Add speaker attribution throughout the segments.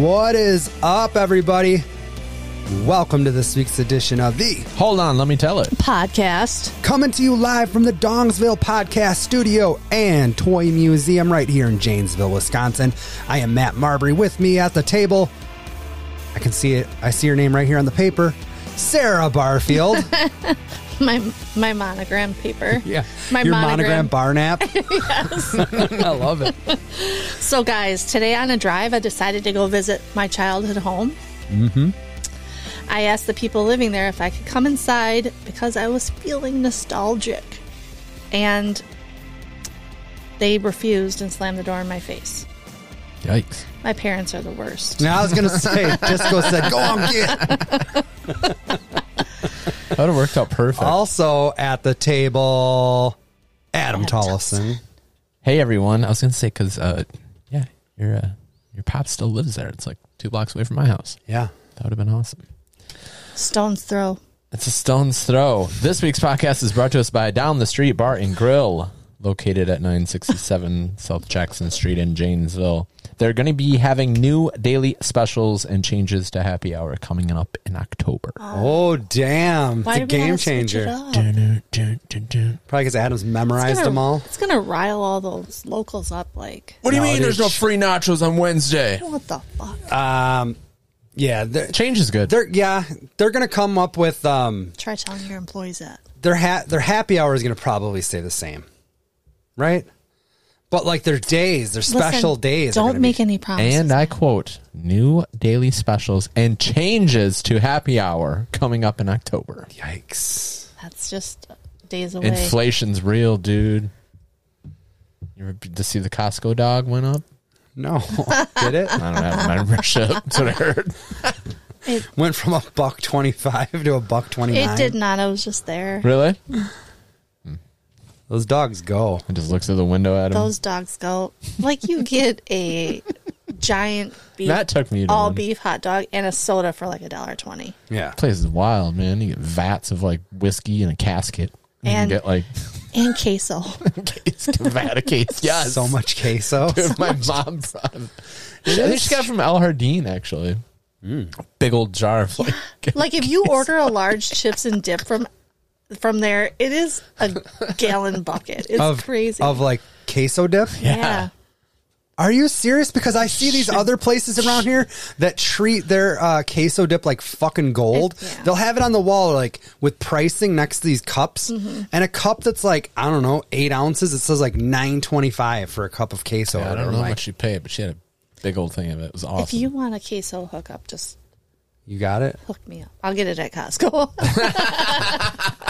Speaker 1: What is up, everybody? Welcome to this week's edition of the
Speaker 2: Hold on, let me tell it.
Speaker 3: podcast.
Speaker 1: coming to you live from the Dongsville Podcast Studio and Toy Museum right here in Janesville, Wisconsin. I am Matt Marbury with me at the table. I can see it. I see your name right here on the paper. Sarah Barfield.
Speaker 3: My my monogram paper.
Speaker 2: Yeah.
Speaker 3: My
Speaker 1: your
Speaker 3: monogram.
Speaker 1: monogram, Barnap.
Speaker 2: I love it.
Speaker 3: so guys, today on a drive I decided to go visit my childhood home. Mm-hmm. I asked the people living there if I could come inside because I was feeling nostalgic. And they refused and slammed the door in my face.
Speaker 2: Yikes.
Speaker 3: My parents are the worst.
Speaker 1: now I was going to say, Disco said, go on, get.
Speaker 2: That would have worked out perfect.
Speaker 1: Also at the table, Adam Tollefson.
Speaker 2: hey, everyone. I was going to say, because, uh, yeah, your, uh, your pop still lives there. It's like two blocks away from my house.
Speaker 1: Yeah.
Speaker 2: That would have been awesome.
Speaker 3: Stone's throw.
Speaker 2: It's a stone's throw. This week's podcast is brought to us by Down the Street Bar and Grill, located at 967 South Jackson Street in Janesville. They're going to be having new daily specials and changes to happy hour coming up in October.
Speaker 1: Oh, damn.
Speaker 3: Why
Speaker 1: it's a
Speaker 3: do we gotta
Speaker 1: game
Speaker 3: switch it
Speaker 1: changer.
Speaker 3: up?
Speaker 2: Dun, dun, dun, dun.
Speaker 1: Probably because Adam's memorized
Speaker 3: It's
Speaker 1: them
Speaker 3: gonna-
Speaker 1: all.
Speaker 3: It's gonna rile all those locals up. Like,
Speaker 2: What do you
Speaker 1: No,
Speaker 2: mean
Speaker 1: dude.
Speaker 2: there's no free nachos on Wednesday?
Speaker 3: what the fuck?
Speaker 1: Um, yeah. They're,
Speaker 2: Change is good.
Speaker 1: they're yeah. They're going to come up with um,
Speaker 3: Try telling your employees that.
Speaker 1: their, ha- their happy hour is going to probably stay the same. Right? But like their days, their special
Speaker 3: Listen,
Speaker 1: days. are
Speaker 3: Don't
Speaker 1: gonna
Speaker 3: make
Speaker 1: be,
Speaker 3: any promises.
Speaker 2: And I quote, new daily specials and changes to happy hour coming up in October.
Speaker 1: Yikes.
Speaker 3: That's just days away.
Speaker 2: Inflation's real, dude. You ever to see the Costco dog went up?
Speaker 1: No. Did it?
Speaker 2: I don't have membership. That's what I heard.
Speaker 1: Went from a buck 25 to a buck 29.
Speaker 3: it did not. I was just there.
Speaker 2: Really?
Speaker 1: Those dogs go.
Speaker 2: I just looked through the window at him.
Speaker 3: Those dogs go like you get a giant beef,
Speaker 2: Matt took me to
Speaker 3: all
Speaker 2: one.
Speaker 3: beef hot dog and a soda for like a dollar twenty.
Speaker 1: Yeah.
Speaker 2: place is wild, man. You get vats of like whiskey and a casket. You can
Speaker 3: And-
Speaker 2: get like
Speaker 3: And queso.
Speaker 2: a vat of case. Yes.
Speaker 1: So much queso.
Speaker 2: my mom brought him. I think she got it from El Jardine, actually. Big old jar of like.
Speaker 3: like if you order a large chips and dip from from there, it is a gallon bucket. It's
Speaker 1: of
Speaker 3: crazy.
Speaker 1: of like queso dip.
Speaker 3: yeah.
Speaker 1: Are you serious? Because I see these other places around here that treat their uh, queso dip like fucking gold.
Speaker 3: It- yeah.
Speaker 1: They'll have it on the wall like with pricing next to these cups,
Speaker 3: Mm-hmm.
Speaker 1: and a cup that's like I don't know eight ounces. It says like nine twenty five for a cup of queso.
Speaker 2: I
Speaker 1: or
Speaker 2: don't know how
Speaker 1: like,
Speaker 2: much she paid, but she had a big old thing of it. It was awesome.
Speaker 3: If you want a queso hookup, just
Speaker 1: you got it.
Speaker 3: hook me up. I'll get it at Costco.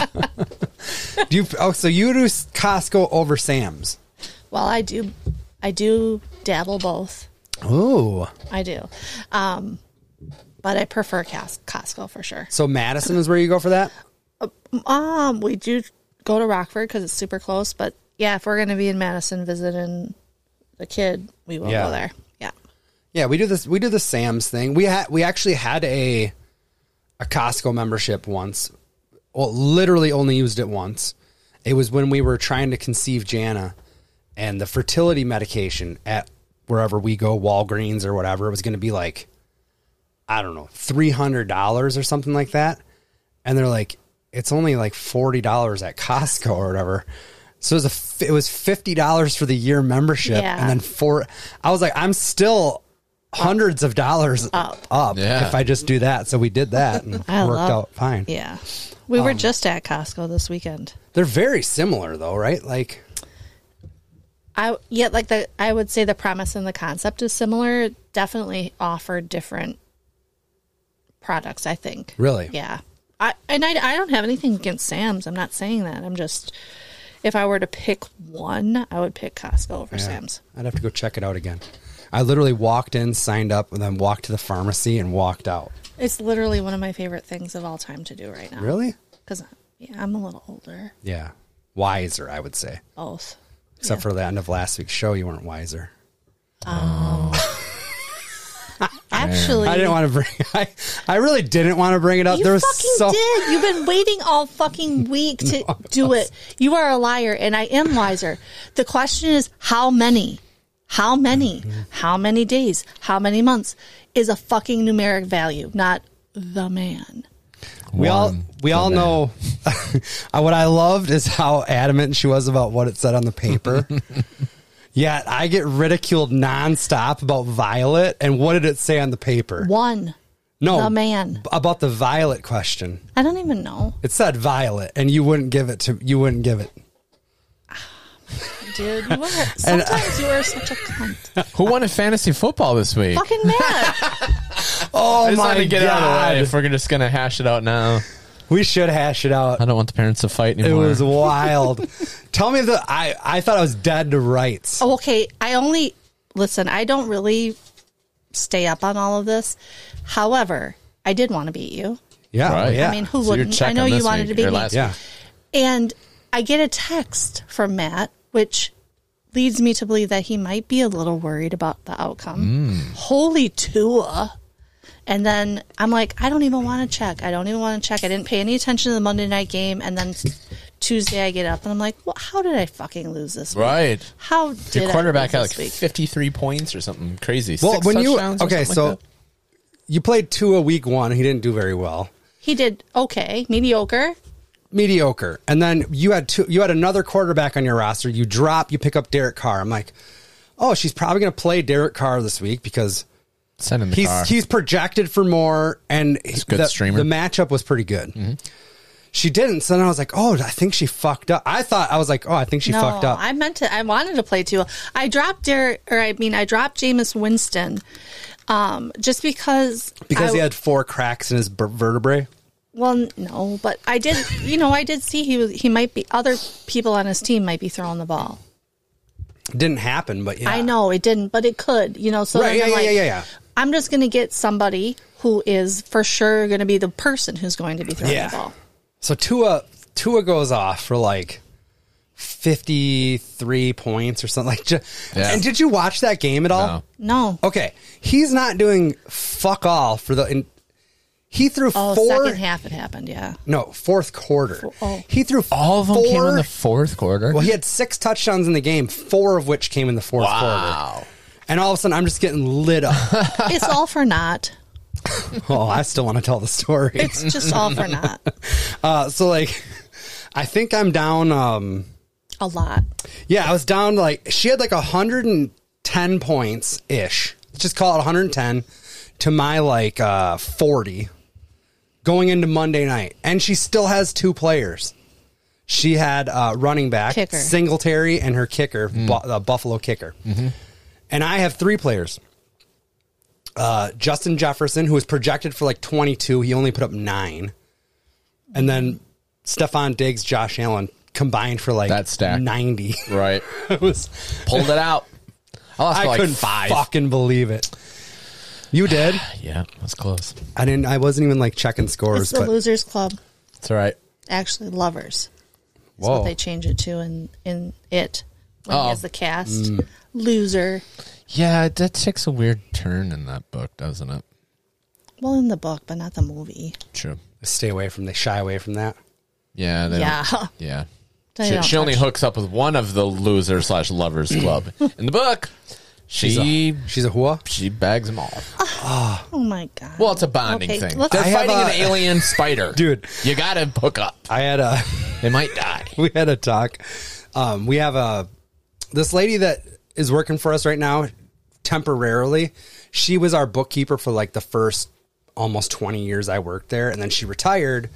Speaker 1: Do you? Oh, so you do Costco over Sam's?
Speaker 3: well, I do, I do dabble both.
Speaker 1: Ooh.
Speaker 3: I do. Um, but I prefer Cas- Costco for sure.
Speaker 1: So Madison is where you go for that.
Speaker 3: Um, we do go to Rockford because it's super close. But yeah, if we're going to be in Madison visiting the kid, we will
Speaker 1: Yeah.
Speaker 3: go there. Yeah.
Speaker 1: Yeah, we do this. We do the Sam's thing. We had we actually had a a Costco membership once. Well, literally only used it once. It was when we were trying to conceive Jana, and the fertility medication at wherever we go, Walgreens or whatever, it was going to be like I don't know, three hundred dollars or something like that. And they're like, it's only like forty dollars at Costco or whatever. So it was a, f- it was fifty dollars for the year membership,
Speaker 3: Yeah.
Speaker 1: and then four. I was like, I'm still hundreds of dollars up,
Speaker 2: Yeah.
Speaker 1: if I just do that. So we did that and
Speaker 3: I
Speaker 1: worked
Speaker 3: love-
Speaker 1: out fine.
Speaker 3: Yeah. We were just at Costco this weekend.
Speaker 1: They're very similar though, right? Like,
Speaker 3: I yet like the I would say the premise and the concept is similar. Definitely offer different products. I think.
Speaker 1: Really?
Speaker 3: Yeah. I and I, I don't have anything against Sam's. I'm not saying that. I'm just if I were to pick one, I would pick Costco over Sam's.
Speaker 1: I'd have to go check it out again. I literally walked in, signed up, and then walked to the pharmacy and walked out.
Speaker 3: It's literally one of my favorite things of all time to do right now.
Speaker 1: Really?
Speaker 3: Because yeah, I'm a little older.
Speaker 1: Yeah, wiser, I would say.
Speaker 3: Both.
Speaker 1: Except for the end of last week's show, you weren't wiser.
Speaker 3: Actually,
Speaker 1: I didn't want to bring. I, I really didn't want to bring it up.
Speaker 3: You
Speaker 1: there was
Speaker 3: fucking
Speaker 1: so
Speaker 3: did. You've been waiting all fucking week to do it. You are a liar, and I am wiser. The question is, how many? How many,
Speaker 1: Mm-hmm.
Speaker 3: how many days, how many months is a fucking numeric value, not the man.
Speaker 1: We all
Speaker 2: One
Speaker 1: we all
Speaker 2: for that.
Speaker 1: know what I loved is how adamant she was about what it said on the paper. Yet I get ridiculed nonstop about Violet and what did it say on the paper?
Speaker 3: One.
Speaker 1: no,
Speaker 3: the man.
Speaker 1: about the Violet question.
Speaker 3: I don't even know.
Speaker 1: It said Violet, and you wouldn't give it to you wouldn't give it.
Speaker 3: Dude, you are sometimes you are such a cunt.
Speaker 2: Who won in fantasy football this week?
Speaker 3: Fucking mad.
Speaker 1: Oh
Speaker 2: I just
Speaker 1: my
Speaker 2: wanted to
Speaker 1: god!
Speaker 2: get it out of the way if we're just gonna hash it out now.
Speaker 1: We should hash it out.
Speaker 2: I don't want the parents to fight
Speaker 1: It
Speaker 2: anymore.
Speaker 1: was wild. Tell me the I I thought I was dead to rights.
Speaker 3: Oh, okay. I only listen, I don't really stay up on all of this. However, I did want to beat you.
Speaker 1: Yeah,
Speaker 2: Right.
Speaker 1: yeah.
Speaker 3: I mean, who
Speaker 2: So you're
Speaker 3: wouldn't? I
Speaker 2: checking
Speaker 3: know you
Speaker 2: this
Speaker 3: wanted
Speaker 2: week,
Speaker 3: to beat
Speaker 2: or
Speaker 3: me.
Speaker 2: last
Speaker 1: yeah.
Speaker 3: And I get a text from Matt, which leads me to believe that he might be a little worried about the outcome.
Speaker 2: Mm.
Speaker 3: Holy Tua. And then I'm like, I don't even want to check. I don't even want to check. I didn't pay any attention to the Monday night game. And then Tuesday I get up and I'm like, well, how did I fucking lose this week?
Speaker 2: Right.
Speaker 3: How did
Speaker 2: Your quarterback
Speaker 3: I
Speaker 2: had like
Speaker 3: lose this week?
Speaker 2: 53 points or something crazy.
Speaker 1: Well,
Speaker 2: Six
Speaker 1: when you
Speaker 2: touchdowns or
Speaker 1: okay,
Speaker 2: something
Speaker 1: so
Speaker 2: like
Speaker 1: you played two a week one. He didn't do very well,
Speaker 3: He did okay, mediocre.
Speaker 1: mediocre. And then you had two. You had another quarterback on your roster. You drop. You pick up Derek Carr. I'm like, oh, she's probably going to play Derek Carr this week because
Speaker 2: that. send him the
Speaker 1: he's
Speaker 2: car.
Speaker 1: he's projected for more, and
Speaker 2: a good
Speaker 1: the,
Speaker 2: streamer. Mm-hmm.
Speaker 1: the matchup was pretty good. She didn't. So then I was like, oh, I think she fucked up. I thought I was like, oh, I think she
Speaker 3: no,
Speaker 1: fucked up.
Speaker 3: I meant to. I wanted to play too. I dropped Derek, or I mean, I dropped Jameis Winston, um, just because.
Speaker 1: because
Speaker 3: I,
Speaker 1: he had four cracks in his b- vertebrae.
Speaker 3: Well, no, but I did. You know, I did see he was. He might be. Other people on his team might be throwing the ball.
Speaker 1: Didn't happen, but yeah,
Speaker 3: I know it didn't, but it could. You know, so
Speaker 1: Right,
Speaker 3: then
Speaker 1: yeah,
Speaker 3: I'm
Speaker 1: yeah,
Speaker 3: like,
Speaker 1: yeah, yeah, yeah.
Speaker 3: I'm just going to get somebody who is for sure going to be the person who's going to be throwing
Speaker 1: Yeah.
Speaker 3: the ball.
Speaker 1: So Tua Tua goes off for like fifty three points or something. Like, ju-
Speaker 2: Yeah.
Speaker 1: and did you watch that game at all?
Speaker 2: No.
Speaker 3: No.
Speaker 1: Okay, he's not doing fuck all for the. And he threw
Speaker 3: Oh,
Speaker 1: four.
Speaker 3: second half it happened. Yeah.
Speaker 1: No, fourth quarter.
Speaker 3: oh.
Speaker 1: He threw
Speaker 2: All of them
Speaker 1: four,
Speaker 2: came in the fourth quarter.
Speaker 1: Well, he had six touchdowns in the game, four of which came in the fourth quarter.
Speaker 2: wow.
Speaker 1: And all of a sudden, I'm just getting lit up.
Speaker 3: It's all for naught.
Speaker 1: oh, I still want to tell the story.
Speaker 3: It's just all for naught.
Speaker 1: Uh, so, like, I think I'm down. Um,
Speaker 3: A lot.
Speaker 1: Yeah, I was down like she had like 110 points ish. Let's just call it 110 to my like uh 40 going into Monday night. And she still has two players. She had uh running back
Speaker 3: Kicker.
Speaker 1: Singletary and her kicker,
Speaker 2: Mm.
Speaker 1: Bu- the Buffalo kicker.
Speaker 2: Mm-hmm.
Speaker 1: And I have three players. Uh Justin Jefferson who was projected for like 22, he only put up 9. And then Stefan Diggs, Josh Allen combined for like
Speaker 2: That stack.
Speaker 1: 90.
Speaker 2: Right.
Speaker 1: It was
Speaker 2: Pulled it out. I lost
Speaker 1: I
Speaker 2: by like
Speaker 1: couldn't
Speaker 2: five.
Speaker 1: fucking believe it. You did.
Speaker 2: Yeah, that's close.
Speaker 1: I didn't. I wasn't even like checking scores.
Speaker 3: It's the
Speaker 1: But
Speaker 3: Losers Club.
Speaker 2: It's all right.
Speaker 3: Actually, Lovers. That's
Speaker 1: Whoa.
Speaker 3: what they change it to in, in it when
Speaker 2: Oh.
Speaker 3: he has the cast.
Speaker 1: Mm.
Speaker 3: Loser.
Speaker 2: Yeah, that takes a weird turn in that book, doesn't it?
Speaker 3: Well, in the book, but not the movie.
Speaker 2: True.
Speaker 1: stay away from. They shy away from that.
Speaker 2: Yeah. They
Speaker 3: Yeah.
Speaker 2: don't- Yeah.
Speaker 3: They
Speaker 2: She,
Speaker 3: don't
Speaker 2: she only
Speaker 3: touch-
Speaker 2: hooks up with one of the loser slash lovers club in the book. She
Speaker 1: She's a whoa.
Speaker 2: she bags them all.
Speaker 3: Oh my god.
Speaker 2: Well, it's a bonding
Speaker 3: Okay,
Speaker 2: thing.
Speaker 3: let's-
Speaker 2: They're
Speaker 3: I
Speaker 1: have
Speaker 2: fighting
Speaker 1: a-
Speaker 2: an alien spider,
Speaker 1: Dude.
Speaker 2: You gotta hook up.
Speaker 1: I had a.
Speaker 2: They might die.
Speaker 1: We had a talk. Um, we have a this lady that is working for us right now temporarily. She was our bookkeeper for like the first almost 20 years I worked there, and then she retired.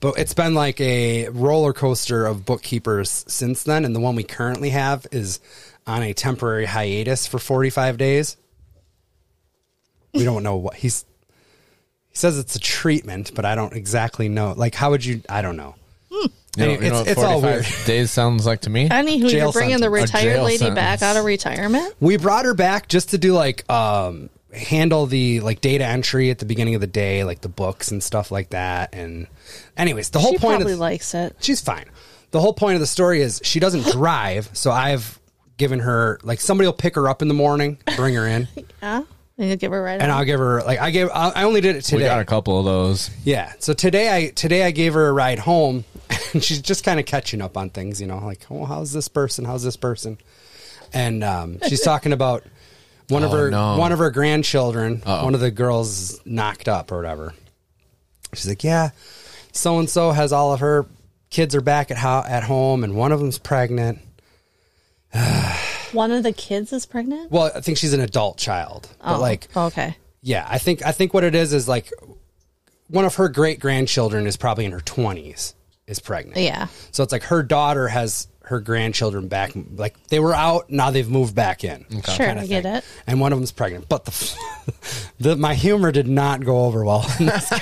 Speaker 1: But it's been like a roller coaster of bookkeepers since then. And the one we currently have is on a temporary hiatus for 45 days. We don't know what he's. He says it's a treatment, but I don't exactly know. Like, how would you? I don't know. Anyway, it's, it's all weird.
Speaker 2: days sounds like to me?
Speaker 3: Anywho,
Speaker 1: Jail
Speaker 3: you're bringing the
Speaker 2: sentence. A
Speaker 3: retired
Speaker 2: jail
Speaker 3: lady
Speaker 2: sentence.
Speaker 3: back out of retirement.
Speaker 1: We brought her back just to do like um handle the like data entry at the beginning of the day, like the books and stuff like that. And anyways, the whole
Speaker 3: She
Speaker 1: point
Speaker 3: probably
Speaker 1: of
Speaker 3: likes it.
Speaker 1: she's fine. The whole point of the story is she doesn't drive, so I've given her like somebody will pick her up in the morning, bring her in,
Speaker 3: Yeah. And you give her right.
Speaker 1: and I'll give her like I gave I I only did it
Speaker 2: We
Speaker 1: today.
Speaker 2: got a couple of those.
Speaker 1: Yeah. So today I today I gave her a ride home, and she's just kind of catching up on things. You know, like oh, how's this person? How's this person? and um, she's talking about one of
Speaker 2: Oh,
Speaker 1: her
Speaker 2: no.
Speaker 1: one of her grandchildren.
Speaker 2: Uh-oh.
Speaker 1: One of the girls knocked up or whatever. She's like, yeah, so and so has all of her kids are back at ho- at home, and one of them's pregnant.
Speaker 3: One of the kids is pregnant? Oh,
Speaker 1: Well, I think she's an adult child,
Speaker 2: Oh.
Speaker 1: but like
Speaker 3: okay.
Speaker 1: Yeah, I think I think what it is is like one of her great grandchildren is probably in her twenties is pregnant.
Speaker 3: Yeah.
Speaker 1: So it's like her daughter has her grandchildren back. Like they were out, now they've moved back in.
Speaker 3: Sure,
Speaker 1: kinda
Speaker 3: I get
Speaker 1: thing.
Speaker 3: it.
Speaker 1: And one of them's pregnant, but the, the my humor did not go over well in this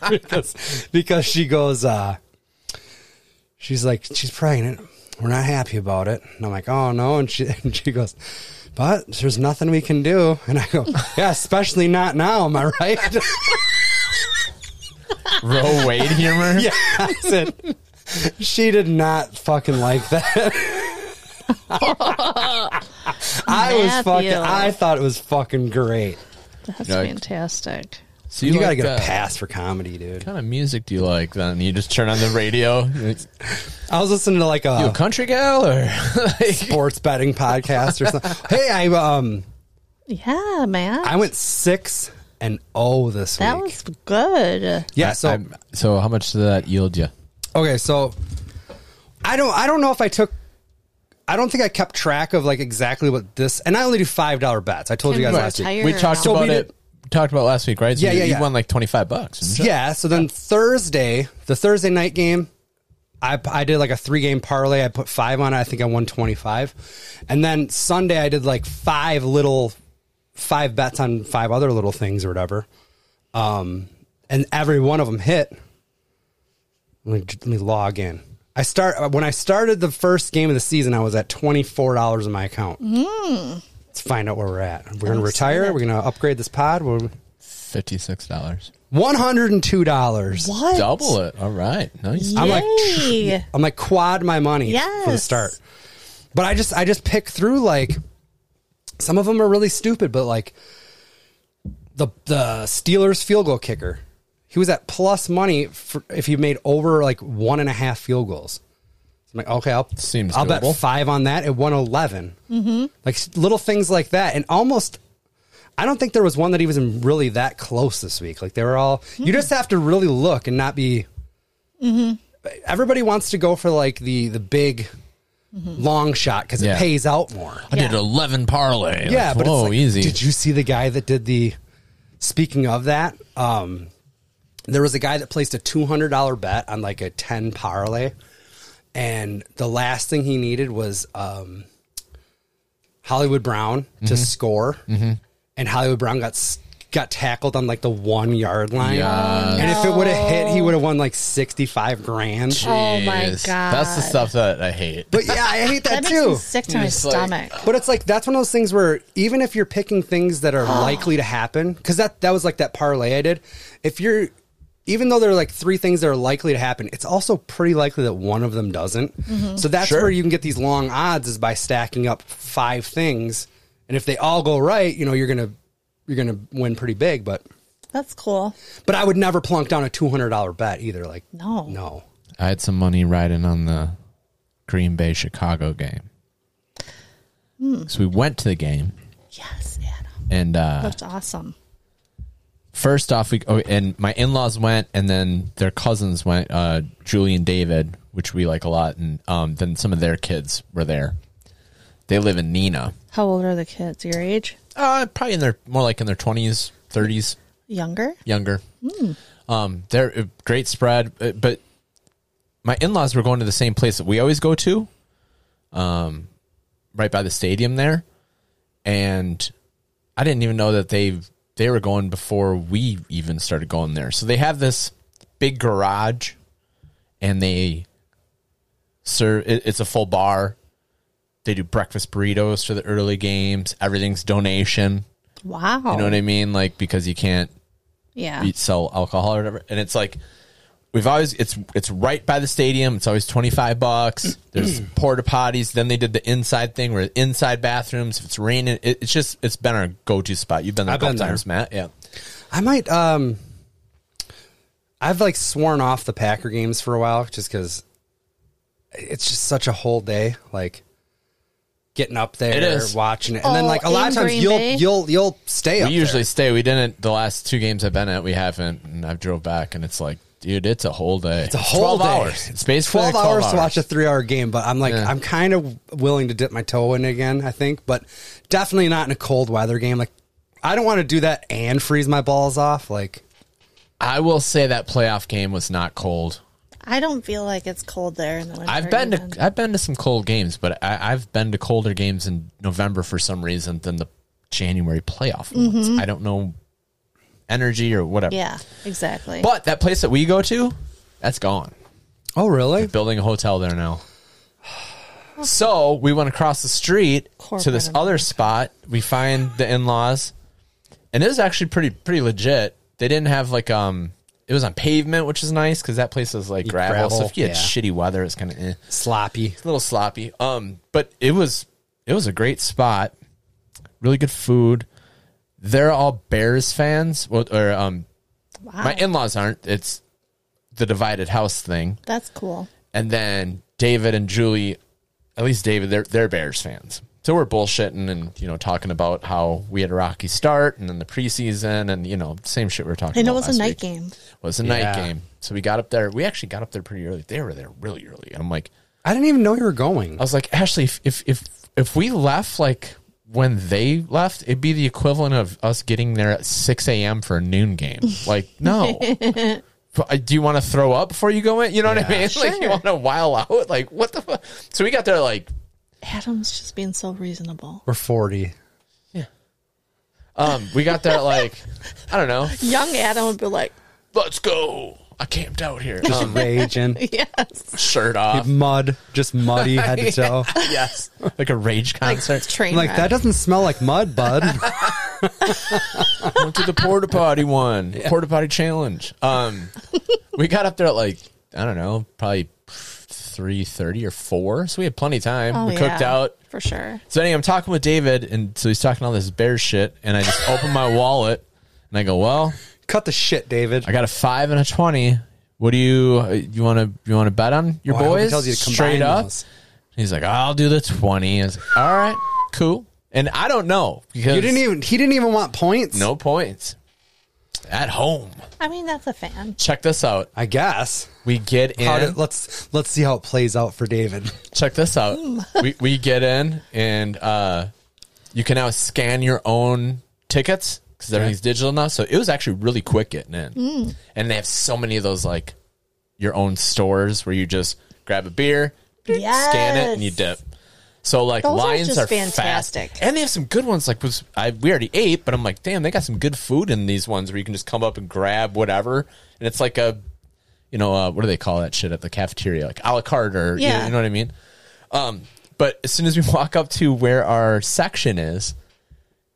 Speaker 1: because because she goes, uh, she's like, she's pregnant. We're not happy about it. And I'm like, oh no. And she and she goes, but there's nothing we can do. And I go, yeah, especially not now. Am I right?
Speaker 2: Roe Wade humor.
Speaker 1: yeah. I said, she did not fucking like that. I was fucking.
Speaker 3: Matthew.
Speaker 1: I thought it was fucking great.
Speaker 3: That's
Speaker 2: Yikes.
Speaker 3: fantastic.
Speaker 2: So
Speaker 1: You,
Speaker 2: like,
Speaker 1: gotta get
Speaker 2: uh,
Speaker 1: a pass for comedy, dude.
Speaker 2: What kind of music do you like? Then you just turn on the radio. It's,
Speaker 1: I was listening to like
Speaker 2: you
Speaker 1: a
Speaker 2: a country gal or like,
Speaker 1: sports betting podcast or something. hey, I um,
Speaker 3: Yeah, man.
Speaker 1: I went six and oh this
Speaker 3: that
Speaker 1: week.
Speaker 3: was good.
Speaker 1: yeah. so
Speaker 2: I'm- so how much did that yield you?
Speaker 1: okay, so I don't. I don't know if I took. I don't think I kept track of like exactly what this. And I only do five dollar bets. I told
Speaker 3: Can
Speaker 1: you guys
Speaker 3: we
Speaker 1: last week.
Speaker 3: retire?
Speaker 2: We
Speaker 3: or
Speaker 2: talked
Speaker 1: not? So we
Speaker 2: about it. Talked about last week, right? So
Speaker 1: Yeah,
Speaker 2: you,
Speaker 1: yeah,
Speaker 2: you
Speaker 1: yeah.
Speaker 2: won like twenty five bucks.
Speaker 1: Yeah. So then Thursday, the Thursday night game, I, I did like a three game parlay. I put five on it. I think I won 25. And then Sunday, I did like five little, five bets on five other little things or whatever. Um, and every one of them hit. Let me, let me log in. I start uh, when I started the first game of the season. I was at twenty four dollars in my account. Let's find out where we're at. We're gonna
Speaker 3: I'm
Speaker 1: retire.
Speaker 3: excited.
Speaker 1: We're gonna upgrade this pod. We're
Speaker 2: Fifty six dollars.
Speaker 1: one hundred and two dollars.
Speaker 3: What?
Speaker 2: Double it. All right. Nice.
Speaker 1: I'm like,
Speaker 3: Yay.
Speaker 1: tr- I'm like quad my money from the
Speaker 3: Yes.
Speaker 1: start. But I just I just pick through like some of them are really stupid, but like the the Steelers field goal kicker, he was at plus money for, if he made over like one and a half field goals. I'm like, okay, I'll
Speaker 2: Seems
Speaker 1: I'll
Speaker 2: doable.
Speaker 1: bet five on that. It won 11
Speaker 3: Mm-hmm.
Speaker 1: Like s- little things like that, and almost. I don't think there was one that he was in really that close this week. Like they were all. You just have to really look and not be. Everybody wants to go for like the the big, long shot because
Speaker 2: Yeah.
Speaker 1: it pays out more.
Speaker 2: I did
Speaker 3: Yeah.
Speaker 2: eleven parlay.
Speaker 1: Yeah,
Speaker 2: Like,
Speaker 1: but
Speaker 2: whoa,
Speaker 1: it's like,
Speaker 2: easy.
Speaker 1: Did you see the guy that did the? Speaking of that, um, there was a guy that placed a two hundred dollar bet on like a ten parlay, and the last thing he needed was um, Hollywood Brown
Speaker 2: Mm-hmm.
Speaker 1: to score, and Hollywood Brown got s- got tackled on like the one yard line,
Speaker 2: Yeah.
Speaker 1: and if it would have hit, he would have won like sixty five grand.
Speaker 3: Oh my
Speaker 2: Jeez.
Speaker 3: God.
Speaker 2: That's the stuff that I hate.
Speaker 1: But yeah, I hate that,
Speaker 3: That makes
Speaker 1: too.
Speaker 3: me sick to my
Speaker 2: Just like-
Speaker 3: stomach.
Speaker 1: But it's like that's one of those things where even if you're picking things that are likely to happen, because that that was like that parlay I did. If you're even though there are like three things that are likely to happen, it's also pretty likely that one of them doesn't. So that's
Speaker 2: Sure.
Speaker 1: where you can get these long odds is by stacking up five things, and if they all go right, you know you're gonna you're gonna win pretty big. But
Speaker 3: That's cool.
Speaker 1: but I would never plunk down a two hundred dollar bet either. Like
Speaker 3: No.
Speaker 1: no,
Speaker 2: I had some money riding on the Green Bay Chicago game.
Speaker 1: Hmm.
Speaker 2: So we went to the game,
Speaker 3: Yes, Adam.
Speaker 2: and uh,
Speaker 3: That's awesome.
Speaker 2: first off, we oh, and my in laws went, and then their cousins went, uh, Julie and David, which we like a lot, and um, then some of their kids were there. They live in Nina,
Speaker 3: How old are the kids? Your age?
Speaker 2: uh, probably in their more like in their twenties, thirties.
Speaker 3: Younger?
Speaker 2: younger. Um, they're uh, great spread, uh, but my in laws were going to the same place that we always go to, um, right by the stadium there, and I didn't even know that they they were going before we even started going there. So they have this big garage, and they serve. It, it's a full bar. They do breakfast burritos for the early games. Everything's donation.
Speaker 3: Wow.
Speaker 2: You know what I mean? Like because you can't
Speaker 3: Yeah.
Speaker 2: we sell alcohol or whatever. And it's like we've always it's it's right by the stadium. It's always twenty five bucks. There's porta potties. Then they did the inside thing where inside bathrooms. If it's raining, it, it's just it's been our go to spot. You've been there a
Speaker 1: I've
Speaker 2: couple
Speaker 1: been there.
Speaker 2: times, Matt. Yeah.
Speaker 1: I might. Um, I've like sworn off the Packer games for a while just because it's just such a whole day. Like, getting up there,
Speaker 2: It is.
Speaker 1: watching it, and then
Speaker 3: Oh,
Speaker 1: like a lot of
Speaker 3: in
Speaker 1: times
Speaker 3: Green
Speaker 1: you'll
Speaker 3: Bay?
Speaker 1: you'll you'll stay up.
Speaker 2: We usually stay. We didn't the last two games I've been at. We haven't, and I've drove back, and it's like, dude, it's a whole day. It's
Speaker 1: a whole
Speaker 2: 12
Speaker 1: day.
Speaker 2: hours. It's basically
Speaker 1: twelve,
Speaker 2: like 12
Speaker 1: hours to watch a three-hour game, but I'm like
Speaker 2: Yeah.
Speaker 1: I'm kind of willing to dip my toe in again. I think, but definitely not in a cold weather game. Like I don't want to do that and freeze my balls off. Like
Speaker 2: I will say that playoff game was not cold.
Speaker 3: I don't feel like it's cold there in the winter.
Speaker 2: I've been
Speaker 3: even.
Speaker 2: to I've been to some cold games, but I, I've been to colder games in November for some reason than the January playoff ones. I don't know energy or whatever.
Speaker 3: Mm-hmm. Yeah, exactly.
Speaker 2: But that place that we go to, that's gone.
Speaker 1: oh really?
Speaker 2: Building a hotel there now. So we went across the street to
Speaker 3: Corporate
Speaker 2: this other spot. We find the in laws, and it was actually pretty pretty legit. They didn't have like um, it was on pavement, which is nice because that place is like gravel. So
Speaker 1: gravel,
Speaker 2: if you had
Speaker 1: yeah.
Speaker 2: shitty weather, it's kind of eh
Speaker 1: Sloppy.
Speaker 2: a little sloppy. Um, but it was it was a great spot. Really good food. They're all Bears fans. Well, or um,
Speaker 3: wow,
Speaker 2: my in-laws aren't. It's the divided house thing.
Speaker 3: that's cool.
Speaker 2: And then David and Julie, at least David, they're they're Bears fans. So we're bullshitting and you know talking about how we had a rocky start and then the preseason and you know same shit we were talking.
Speaker 3: And it
Speaker 2: about
Speaker 3: was a
Speaker 2: last
Speaker 3: night
Speaker 2: week
Speaker 3: game.
Speaker 2: Was a night
Speaker 1: Yeah.
Speaker 2: game. So we got up there. We actually got up there pretty early. They were there really early. And I'm like,
Speaker 1: I didn't even know you were going.
Speaker 2: I was like, Ashley, if if if, if we left like when they left, it'd be the equivalent of us getting there at six a.m. for a noon game. Like, no. But, uh, Do you want to throw up before you go in? You know what
Speaker 1: Yeah.
Speaker 2: I mean? Like, you
Speaker 3: Sure.
Speaker 2: want to while out? Like, what the fuck? So we got there like,
Speaker 3: Adam's just being so reasonable.
Speaker 1: We're forty.
Speaker 2: um, we got there at like, I don't know.
Speaker 3: Young Adam would be like,
Speaker 2: Let's go. I camped out here. Um,
Speaker 1: Raging.
Speaker 3: yes,
Speaker 2: shirt off.
Speaker 1: mud, just muddy head to toe.
Speaker 2: yes. Like a rage concert.
Speaker 3: train
Speaker 1: I'm like
Speaker 3: wreck.
Speaker 1: that doesn't smell like mud, bud.
Speaker 2: went to the porta potty one porta potty challenge um we got up there at like i don't know probably 3.30 or 4 so we had plenty of time
Speaker 3: Oh,
Speaker 2: we cooked
Speaker 3: yeah,
Speaker 2: out
Speaker 3: for sure.
Speaker 2: so anyway i'm talking with david and so he's talking all this bear shit and i just open my wallet and i go well
Speaker 1: Cut the shit, David.
Speaker 2: i got a 5 and a 20 what do you uh, you want to you want to bet on your
Speaker 1: Oh, I hope he
Speaker 2: boys
Speaker 1: tells you to
Speaker 2: straight
Speaker 1: combine
Speaker 2: up
Speaker 1: those.
Speaker 2: he's like i'll do the 20 I was like, all right cool and i don't know because
Speaker 1: You didn't e- even. He didn't even want points.
Speaker 2: no points at home
Speaker 3: I mean, that's a fan.
Speaker 2: check this out
Speaker 1: I guess.
Speaker 2: We get in.
Speaker 1: How did- let's let's see how it plays out for David.
Speaker 2: check this out. we we get in, and uh, you can now scan your own tickets because everything's digital now. So it was actually really quick getting in,
Speaker 1: Mm.
Speaker 2: and they have so many of those like your own stores where you just grab a beer, scan it, and you dip.
Speaker 3: Yes.
Speaker 2: So like
Speaker 3: Those are
Speaker 2: lions
Speaker 3: just
Speaker 2: are,
Speaker 3: fantastic.
Speaker 2: fast, and they have some good ones. Like was I we already ate, but I'm like, damn, they got some good food in these ones where you can just come up and grab whatever, and it's like a, you know, uh, what do they call that shit at the cafeteria, like a la carte or you-
Speaker 3: Yeah.
Speaker 2: you, know what I mean. Um, but as soon as we walk up to where our section is,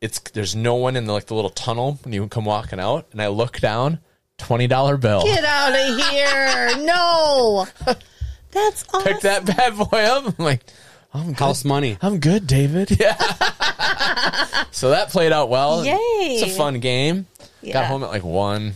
Speaker 2: it's there's no one in the, like the little tunnel when you come walking out, and I look down, twenty dollar bill.
Speaker 3: Get out of here! no, that's awesome.
Speaker 2: Pick that bad boy up. I'm like, I'm good.
Speaker 1: House money.
Speaker 2: I'm good, David. Yeah. so that played out well.
Speaker 3: Yay.
Speaker 2: It's a fun game. Got
Speaker 3: Yeah.
Speaker 2: home at like one.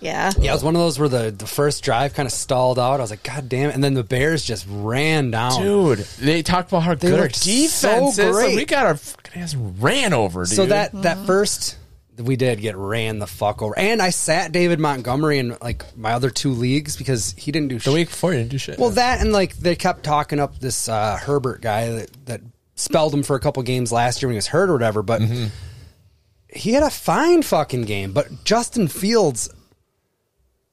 Speaker 3: Yeah,
Speaker 1: Yeah, it was one of those where the, the first drive kind of stalled out. I was like, God damn it! And then the Bears just ran down.
Speaker 2: Dude, they talked about how good our
Speaker 1: looked so
Speaker 2: defense is. Like,
Speaker 1: great.
Speaker 2: we got our fucking ass ran over, dude.
Speaker 1: so that that first we did get ran the fuck over, and I sat David Montgomery in like my other two leagues because he didn't do
Speaker 2: the
Speaker 1: shit.
Speaker 2: week before you didn't do shit.
Speaker 1: Well, that and like they kept talking up this uh, Herbert guy that, that spelled him for a couple games last year when he was hurt or whatever. But
Speaker 2: Mm-hmm.
Speaker 1: he had a fine fucking game. But Justin Fields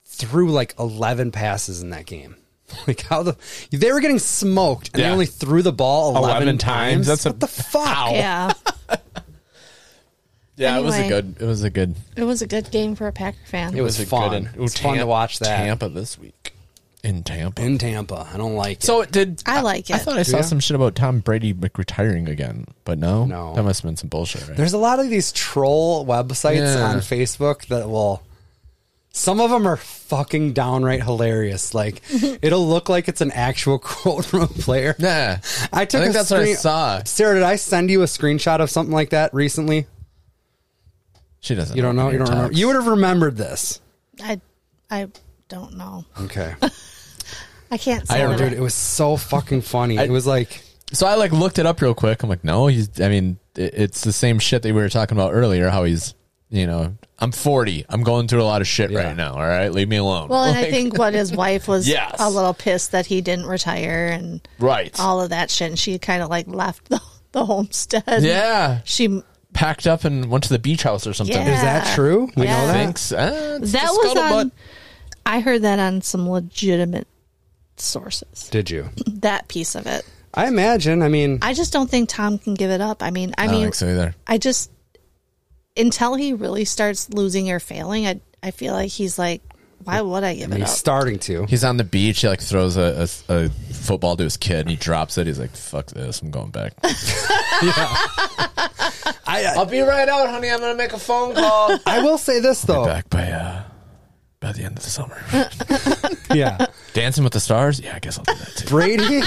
Speaker 1: threw like eleven passes in that game. Like how the they were getting smoked and
Speaker 2: Yeah.
Speaker 1: they only threw the ball eleven,
Speaker 2: 11 times?
Speaker 1: times.
Speaker 2: That's a-
Speaker 1: what the fuck.
Speaker 3: yeah.
Speaker 2: yeah, it was a
Speaker 3: anyway.
Speaker 2: good. It was a good.
Speaker 3: It was a good game for a Packer fan.
Speaker 1: It was
Speaker 2: a good
Speaker 1: fun.
Speaker 2: and-
Speaker 1: It was fun to watch that
Speaker 2: Tampa this week in Tampa.
Speaker 1: in Tampa. I don't like it.
Speaker 2: so it did.
Speaker 3: I like
Speaker 2: I
Speaker 3: it.
Speaker 2: thought I saw
Speaker 1: ya?
Speaker 2: some shit about Tom Brady like, retiring again, but no,
Speaker 1: No.
Speaker 2: that must have been some bullshit, right?
Speaker 1: There's a lot of these troll websites
Speaker 2: Yeah.
Speaker 1: on Facebook that will. Some of them are fucking downright hilarious. Like it'll look like it's an actual quote from a player.
Speaker 2: Nah,
Speaker 1: I took.
Speaker 2: think
Speaker 1: a
Speaker 2: that's what I
Speaker 1: screen-
Speaker 2: saw.
Speaker 1: Sarah, did I send you a screenshot of something like that recently?
Speaker 2: She doesn't.
Speaker 1: You don't know. You don't remember. You would have remembered this.
Speaker 3: I, I don't know.
Speaker 1: Okay, Oh,
Speaker 3: I can't.
Speaker 2: I
Speaker 3: say what
Speaker 2: remember-
Speaker 1: dude, it was so fucking funny. it was like
Speaker 2: So I like looked it up real quick. I'm like, no, he's. I mean, it, it's the same shit that we were talking about earlier. How he's, you know, I'm 40. I'm going through a lot of shit
Speaker 1: Yeah.
Speaker 2: right now. All right, leave me alone.
Speaker 3: Well, and I
Speaker 2: Like,
Speaker 3: think what his wife was
Speaker 2: Yes.
Speaker 3: a little pissed that he didn't retire and
Speaker 2: right.
Speaker 3: all of that shit. And she kind of like left the, the homestead.
Speaker 2: yeah,
Speaker 3: She
Speaker 2: packed up and went to the beach house or something.
Speaker 3: Yeah.
Speaker 1: Is that true? We
Speaker 3: Yeah.
Speaker 1: know that.
Speaker 2: Thanks. Ah, it's
Speaker 3: that
Speaker 2: the
Speaker 3: was
Speaker 2: scuttlebutt.
Speaker 3: on. I heard that on some legitimate sources.
Speaker 1: Did you?
Speaker 3: That piece of it.
Speaker 1: I imagine. I mean,
Speaker 3: I just don't think Tom can give it up. I mean, I
Speaker 2: I don't
Speaker 3: mean,
Speaker 2: think so either.
Speaker 3: I just until he really starts losing or failing, I I feel like he's like, why would I give it
Speaker 1: he's
Speaker 3: up?
Speaker 1: starting to.
Speaker 2: He's on the beach. He like throws a, a, a football to his kid, and he drops it. He's like, "Fuck this! I'm going back."
Speaker 1: I, I,
Speaker 2: I'll be right out, honey. I'm gonna make a phone call.
Speaker 1: I will say this though.
Speaker 2: back by uh, by the end of the summer.
Speaker 1: Yeah.
Speaker 2: Dancing with the Stars. Yeah, I guess I'll do that too.
Speaker 1: Brady.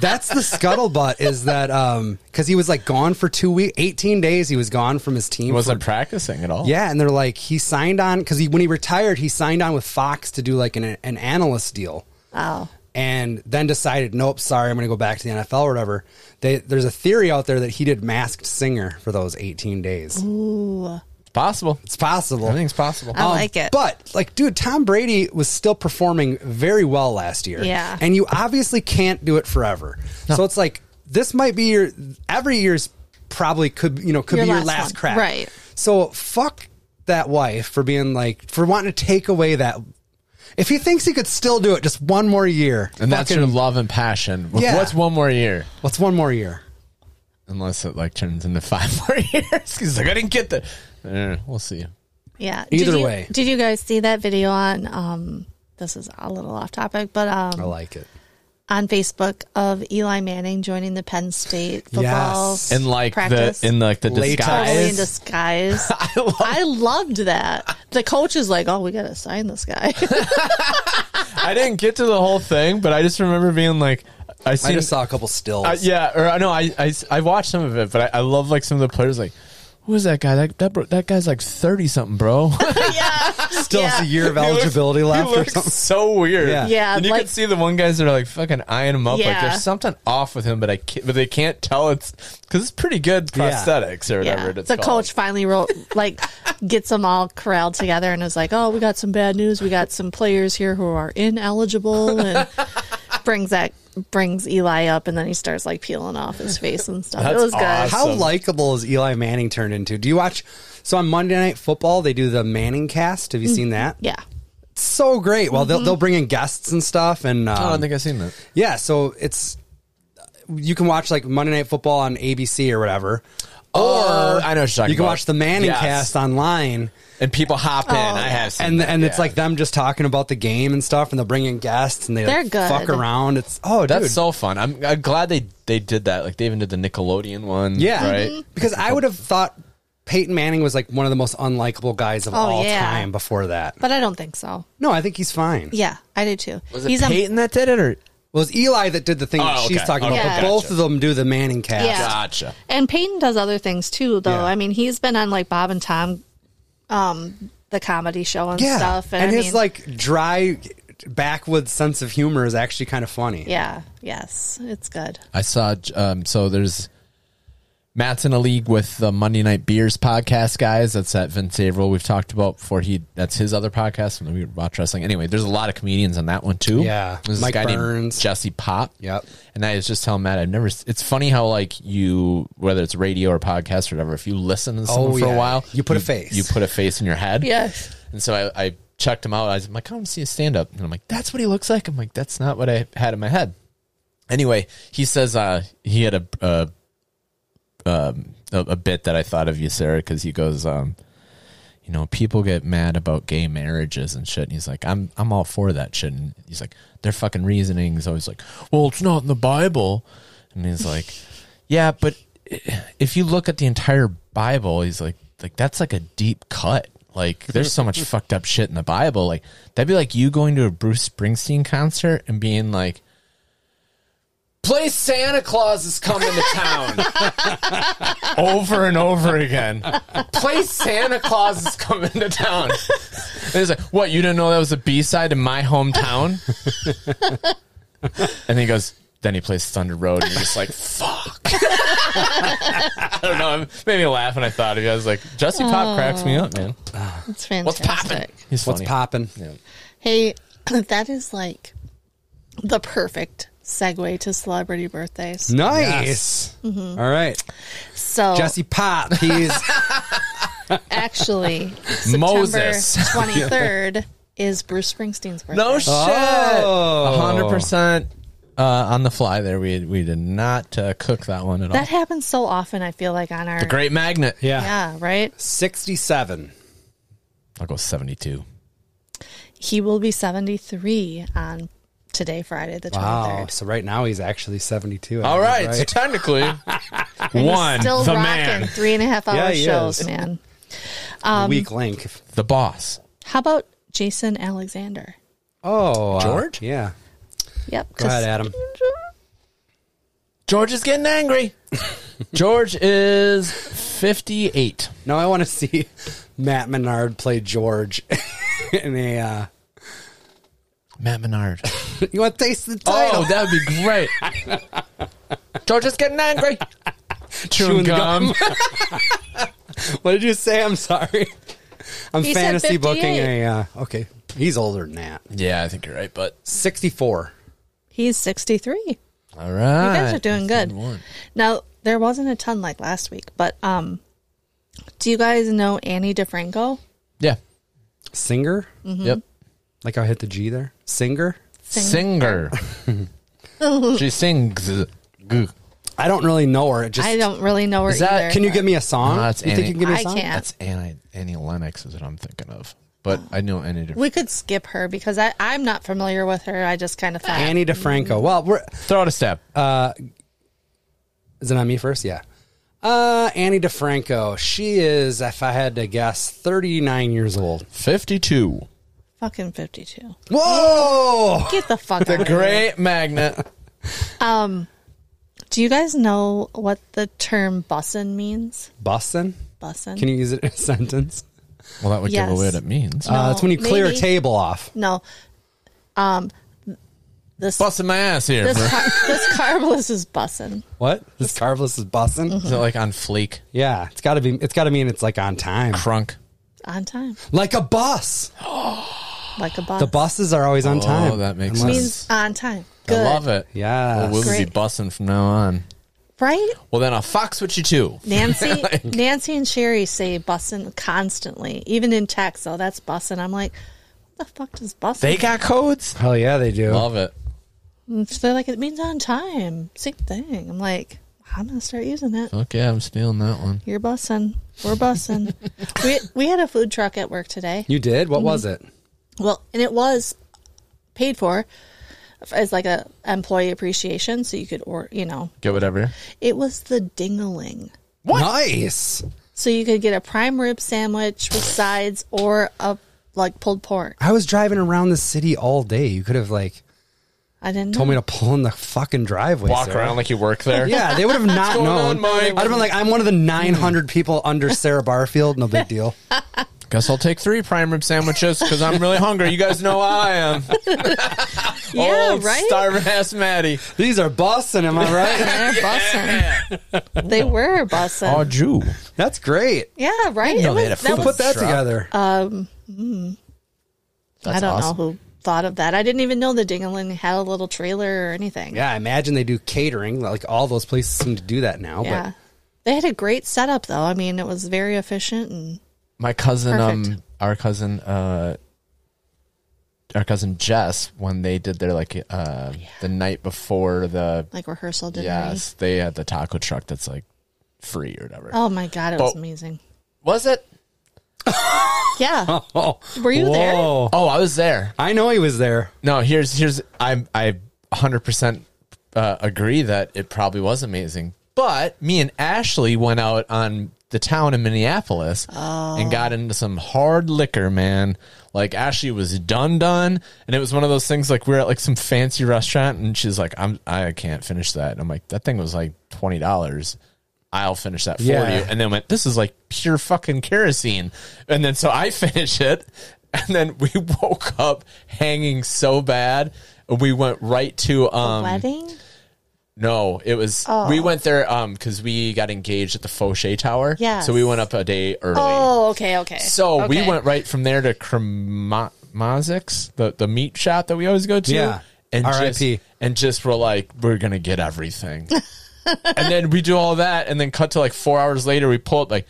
Speaker 1: That's the scuttlebutt. Is that um because he was like gone for two weeks, eighteen days. He was gone from his
Speaker 2: He
Speaker 1: team.
Speaker 2: wasn't practicing at all.
Speaker 1: yeah, and they're like he signed on because he when he retired he signed on with Fox to do like an an analyst deal.
Speaker 3: oh,
Speaker 1: and then decided, nope, sorry, I'm going to go back to the NFL or whatever. They, there's a theory out there that he did Masked Singer for those 18 days.
Speaker 2: it's possible.
Speaker 1: It's possible.
Speaker 2: Everything's possible.
Speaker 3: I like it.
Speaker 1: Oh, But, like, dude, Tom Brady was still performing very well last year.
Speaker 3: Yeah.
Speaker 1: And you obviously can't do it forever. So it's like, this might be your, every year's probably could, you know, could
Speaker 3: Your
Speaker 1: be your
Speaker 3: last
Speaker 1: last
Speaker 3: one.
Speaker 1: crack.
Speaker 3: Right.
Speaker 1: So fuck that wife for being like, for wanting to take away that. If he thinks he could still do it just one more year,
Speaker 2: and that's
Speaker 1: fucking-
Speaker 2: your love and passion.
Speaker 1: Yeah.
Speaker 2: What's one more year?
Speaker 1: What's one more year?
Speaker 2: Unless it like turns into five more years. He's like, I didn't get that. Eh, we'll see.
Speaker 3: yeah.
Speaker 1: Either
Speaker 3: did you,
Speaker 1: way.
Speaker 3: did you guys see that video on? um This is a little off topic, but um,
Speaker 1: I like it.
Speaker 3: on Facebook of Eli Manning joining the Penn State football
Speaker 1: Yes.
Speaker 2: And like
Speaker 3: practice.
Speaker 2: the in like the
Speaker 1: Latex.
Speaker 3: Totally in
Speaker 2: disguise.
Speaker 3: disguise.
Speaker 2: I love-
Speaker 3: I loved that. The coach is like, "Oh, we gotta sign this guy."
Speaker 2: I didn't get to the whole thing, but I just remember being like, I
Speaker 1: I
Speaker 2: seen
Speaker 1: just saw a couple stills.
Speaker 2: Uh, yeah, or I know I, I I watched some of it, but I, I love like some of the players. Like, who is that guy? That that bro, that guy's like thirty something, bro.
Speaker 3: yeah,
Speaker 1: Still has a
Speaker 3: yeah.
Speaker 1: year of eligibility
Speaker 2: he
Speaker 1: left or
Speaker 2: looks
Speaker 1: something.
Speaker 2: so weird.
Speaker 1: Yeah.
Speaker 3: Yeah,
Speaker 2: and you
Speaker 3: like-
Speaker 2: can see the one guys that are like fucking eyeing him up. Like,
Speaker 3: Yeah.
Speaker 2: there's something off with him, but I can't, but they can't tell it's because it's pretty good
Speaker 1: Yeah.
Speaker 2: prosthetics or whatever.
Speaker 3: Yeah.
Speaker 2: It's
Speaker 3: the
Speaker 2: called.
Speaker 3: coach finally wrote like gets them all corralled together and is like, "Oh, we got some bad news. We got some players here who are ineligible," and brings that brings Eli up, and then he starts like peeling off his face and stuff. it
Speaker 2: That's
Speaker 3: was good.
Speaker 2: awesome.
Speaker 1: How likable is Eli Manning turned into? Do you watch? So on Monday Night Football, they do the Manning cast. Have you seen that?
Speaker 3: Yeah,
Speaker 1: It's so great. Well,
Speaker 3: Mm-hmm.
Speaker 1: they'll, they'll bring in guests and stuff. And um,
Speaker 2: Oh, I don't think I've seen that.
Speaker 1: yeah, so it's you can watch like Monday Night Football on ABC or whatever.
Speaker 2: Oh, I know what you're talking
Speaker 1: You can
Speaker 2: about.
Speaker 1: watch the Manning
Speaker 2: Yes.
Speaker 1: cast online,
Speaker 2: And people hop in.
Speaker 3: Oh,
Speaker 2: I
Speaker 3: yeah.
Speaker 2: have seen
Speaker 1: and
Speaker 2: that,
Speaker 1: and it's
Speaker 2: yeah.
Speaker 1: like them just talking about the game and stuff, and they'll bring in guests and they like,
Speaker 3: They're
Speaker 1: fuck
Speaker 3: good.
Speaker 1: around. It's oh,
Speaker 2: That's
Speaker 1: dude.
Speaker 2: so fun. I'm, I'm glad they they did that. Like they even did the Nickelodeon one.
Speaker 1: Yeah.
Speaker 2: right.
Speaker 3: Mm-hmm.
Speaker 1: Because I would have thought Peyton Manning was like one of the most unlikable guys of
Speaker 3: Oh,
Speaker 1: all
Speaker 3: yeah.
Speaker 1: time before that.
Speaker 3: but I don't think so.
Speaker 1: No, I think he's fine.
Speaker 3: Yeah, I do too.
Speaker 2: Was it Peyton that did it or
Speaker 1: Well, it's Eli that did the thing that
Speaker 2: Oh,
Speaker 1: she's
Speaker 2: okay.
Speaker 1: talking
Speaker 3: Okay,
Speaker 1: about, but
Speaker 3: gotcha.
Speaker 1: both of them do the Manning cast.
Speaker 3: Yeah.
Speaker 2: Gotcha.
Speaker 3: And Peyton does other things too, though.
Speaker 1: Yeah.
Speaker 3: I mean, he's been on like Bob and Tom, um, the comedy show and
Speaker 1: Yeah.
Speaker 3: stuff.
Speaker 1: and
Speaker 3: And, I
Speaker 1: his
Speaker 3: mean,
Speaker 1: like dry backwoods sense of humor is actually kind of funny.
Speaker 3: yeah, yes, it's good.
Speaker 2: I saw. Um, so there's Matt's in a league with the Monday Night Beers podcast guys. That's that Vince Averill we've talked about before. He that's his other podcast and we watch wrestling. Anyway, there's a lot of comedians on that one too.
Speaker 1: Yeah.
Speaker 2: there's
Speaker 1: Mike
Speaker 2: this guy
Speaker 1: Burns.
Speaker 2: named Jesse Pop.
Speaker 1: Yep.
Speaker 2: And I was just telling Matt, I've never. s- It's funny how like you, whether it's radio or podcast or whatever, if you listen to
Speaker 1: Oh,
Speaker 2: someone for
Speaker 1: yeah.
Speaker 2: a while,
Speaker 1: You put a face.
Speaker 2: You put a face in your head.
Speaker 3: Yes.
Speaker 2: And so I, I checked him out. I was like, I don't see a stand up. And I'm like, that's what he looks like. I'm like, that's not what I had in my head. Anyway, he says uh, he had a, a um, a, a bit that I thought of you, Sarah, because he goes, um, you know, people get mad about gay marriages and shit. And he's like, I'm I'm all for that shit. And he's like, their fucking reasoning is always like, well, it's not in the Bible. And he's like, yeah, but if you look at the entire Bible, he's like, like that's like a deep cut. Like there's so much fucked up shit in the Bible. Like that'd be like you going to a Bruce Springsteen concert and being like. Play Santa Claus is coming to town over and over again. Play Santa Claus is coming to town. And he's like, What, you didn't know that was a B side in my hometown? and he goes, Then he plays Thunder Road, and you're just like, fuck. I don't know. It made me laugh when I thought of you. I was like, Jesse
Speaker 3: Oh.
Speaker 2: Pop cracks me up, man. What's
Speaker 3: It's fantastic.
Speaker 2: popping? He's
Speaker 1: What's
Speaker 2: funny.
Speaker 1: popping?
Speaker 3: Hey, that is like the perfect segue to celebrity birthdays.
Speaker 1: Mm. Nice.
Speaker 3: Mm-hmm.
Speaker 1: All right.
Speaker 3: So
Speaker 1: Jesse Pop. He's
Speaker 3: actually, September
Speaker 2: Moses.
Speaker 3: twenty third is Bruce Springsteen's birthday.
Speaker 2: No shit.
Speaker 1: Oh.
Speaker 2: hundred percent. Uh, on the fly, there we we did not uh, cook that one at all.
Speaker 3: that happens so often. I feel like on our
Speaker 2: The Great Magnet.
Speaker 1: yeah.
Speaker 3: yeah right.
Speaker 1: 67.
Speaker 2: I'll go seventy-two.
Speaker 3: He will be seventy three on today, Friday the twenty third.
Speaker 1: Wow. So right now he's actually 72. I
Speaker 2: All
Speaker 1: think,
Speaker 2: right. So technically,
Speaker 3: And he's
Speaker 2: one
Speaker 3: still
Speaker 2: the
Speaker 3: rocking
Speaker 2: man,
Speaker 3: three and a half hour
Speaker 1: Yeah, he
Speaker 3: shows,
Speaker 1: is.
Speaker 3: man. Um,
Speaker 1: Weak link.
Speaker 2: the boss.
Speaker 3: How about Jason Alexander?
Speaker 1: Oh. uh,
Speaker 2: George?
Speaker 1: yeah.
Speaker 3: Yep.
Speaker 1: Go ahead, Adam.
Speaker 2: George is getting angry. George is fifty-eight.
Speaker 1: No, I want to see Matt Menard play George in a. Uh,
Speaker 2: Matt Menard.
Speaker 1: you want to taste the title?
Speaker 2: Oh, that would be great. George is getting angry.
Speaker 1: Chewing
Speaker 2: Chewing gum.
Speaker 1: What did you say? I'm sorry. I'm
Speaker 3: He said
Speaker 1: fantasy booking
Speaker 3: 58.
Speaker 1: a. Uh, okay. He's older than that.
Speaker 2: yeah, I think you're right, but
Speaker 1: 64.
Speaker 3: He's sixty three.
Speaker 2: all
Speaker 3: You
Speaker 2: right.
Speaker 3: guys are doing good. Now there wasn't a ton like last week, but um, do you guys know Annie DeFranco?
Speaker 2: Yeah.
Speaker 1: Singer?
Speaker 3: Mm-hmm.
Speaker 2: Yep.
Speaker 1: Mm-hmm. Like I hit the G there? Singer?
Speaker 2: Singer. she sings. Goo.
Speaker 1: I don't really know her. It just
Speaker 3: I don't really know her
Speaker 2: Is that-
Speaker 3: either.
Speaker 1: Can you give me a song?
Speaker 2: No, that's
Speaker 1: you think
Speaker 2: Annie.
Speaker 1: you can give me a
Speaker 3: I
Speaker 1: song?
Speaker 3: can't.
Speaker 2: That's Annie, Annie Lennox is what I'm thinking of. But I know Annie.
Speaker 3: we could skip her because I, I'm not familiar with her. I just kind of thought
Speaker 1: Annie
Speaker 3: Mm-hmm.
Speaker 1: DeFranco. Well, we're,
Speaker 2: Throw out a Uh, step.
Speaker 1: is it on me first? Yeah. Uh, Annie DeFranco. She is, if I had to guess, 39 years old.
Speaker 2: 52.
Speaker 3: fucking 52.
Speaker 1: Whoa!
Speaker 3: Get the fuck out of here.
Speaker 2: Great magnet.
Speaker 3: Do you guys know what the term bussin means?
Speaker 1: Bussin?
Speaker 3: Bussin?
Speaker 1: Can you use it in a sentence?
Speaker 2: Well, that would
Speaker 3: Yes.
Speaker 2: give away what it means.
Speaker 1: Uh, it's when you clear
Speaker 3: maybe.
Speaker 1: a table off.
Speaker 3: no. Um, this
Speaker 2: Busting my ass here.
Speaker 3: this,
Speaker 2: bro.
Speaker 3: car, this carbless is bussin.
Speaker 1: What? This carveless is bussin?
Speaker 2: Is it like on fleek?
Speaker 1: Yeah, it's gotta be, it's gotta mean it's like on time.
Speaker 2: Crunk.
Speaker 3: on time,
Speaker 1: Like a bus.
Speaker 3: like a bus.
Speaker 1: The buses are always on
Speaker 2: Oh,
Speaker 1: time.
Speaker 2: that makes
Speaker 1: Unless-
Speaker 2: sense.
Speaker 3: means on time.
Speaker 2: I
Speaker 3: Good.
Speaker 2: love it.
Speaker 1: Yes.
Speaker 2: Well, we'll be
Speaker 3: Great.
Speaker 2: bussing from now on.
Speaker 3: Right?
Speaker 2: Well, then I'll fox with you too.
Speaker 3: Nancy Nancy and Sherry say bussin constantly, even in text. So that's bussin. I'm like, what the fuck does bussin?
Speaker 2: They got codes.
Speaker 1: Hell yeah, they do.
Speaker 2: Love it.
Speaker 3: mean? They're like, it means on time. Same thing. I'm like, I'm gonna start using that.
Speaker 2: Okay, I'm stealing that one.
Speaker 3: You're bussin. We're bussin. we we had a food truck at work today.
Speaker 1: You did? What was it?
Speaker 3: Well, and it was paid for as like a employee appreciation, so you could or you know,
Speaker 2: Get whatever.
Speaker 3: it was the dingaling.
Speaker 1: What? Nice.
Speaker 3: So you could get a prime rib sandwich with sides or a like pulled pork.
Speaker 1: I was driving around the city all day. You could have like
Speaker 3: I didn't know.
Speaker 1: told me to pull in the fucking driveway.
Speaker 2: Walk
Speaker 1: Sarah.
Speaker 2: around like you work there.
Speaker 1: Yeah, they would have not
Speaker 2: going
Speaker 1: known.
Speaker 2: on, Mike? Hmm.
Speaker 1: I'd have been like, I'm one of the 900 people under Sarah Barfield. No big deal.
Speaker 2: Guess I'll take three prime rib sandwiches because I'm really hungry. You guys know how I am.
Speaker 3: yeah,
Speaker 2: Old
Speaker 3: right.
Speaker 2: Starving ass Maddie.
Speaker 1: These are busting, am I right?
Speaker 3: They're bussing. they were bussing.
Speaker 2: Jew.
Speaker 1: That's great.
Speaker 3: yeah, right. It
Speaker 2: Oh, know they had
Speaker 3: was-
Speaker 2: a
Speaker 3: that
Speaker 1: Who
Speaker 3: was-
Speaker 1: put that
Speaker 2: Shrug.
Speaker 1: together?
Speaker 3: I don't
Speaker 2: awesome.
Speaker 3: know who thought of that. I didn't even know the dingaling had a little trailer or anything.
Speaker 1: yeah, I imagine they do catering. Like all those places seem to do that now.
Speaker 3: Yeah. They had a great setup though. I mean, it was very efficient and
Speaker 2: My cousin, um,
Speaker 3: Perfect.
Speaker 2: our cousin, uh, our cousin Jess, when they did their like uh, the night before the
Speaker 3: like rehearsal dinner.
Speaker 2: yes, they had the taco truck that's like free or whatever.
Speaker 3: Oh my god, it was
Speaker 2: But-
Speaker 3: amazing.
Speaker 2: Was it?
Speaker 3: Yeah.
Speaker 1: But oh,
Speaker 3: Were you there?
Speaker 1: whoa.
Speaker 2: Oh, I was there.
Speaker 1: I know he was there.
Speaker 2: No, here's here's I'm I 100% uh, agree that it probably was amazing. But me and Ashley went out on the town in Minneapolis and got into some hard liquor, man. Like Ashley was done done and it was one of those things like we are at like some fancy restaurant and she's like I'm I can't finish that. And I'm like that thing was like $20. I'll finish that for
Speaker 1: Yeah.
Speaker 2: you. And then went, this is like pure fucking kerosene. And then so I finish it. And then we woke up hanging so bad. We went right to um
Speaker 3: Wedding? Oh.
Speaker 2: No, it was we went there um because we got engaged at the Fauché Tower.
Speaker 3: Yes.
Speaker 2: So we went up a day early.
Speaker 3: Oh, okay, okay.
Speaker 2: So we
Speaker 3: Okay.
Speaker 2: went right from there to Kromazik's, the the meat shop that we always go to.
Speaker 1: Yeah.
Speaker 2: And
Speaker 1: R.I.P..
Speaker 2: just and just we're like we're gonna get everything, and then we do all that, and then cut to like four hours later, we pull up like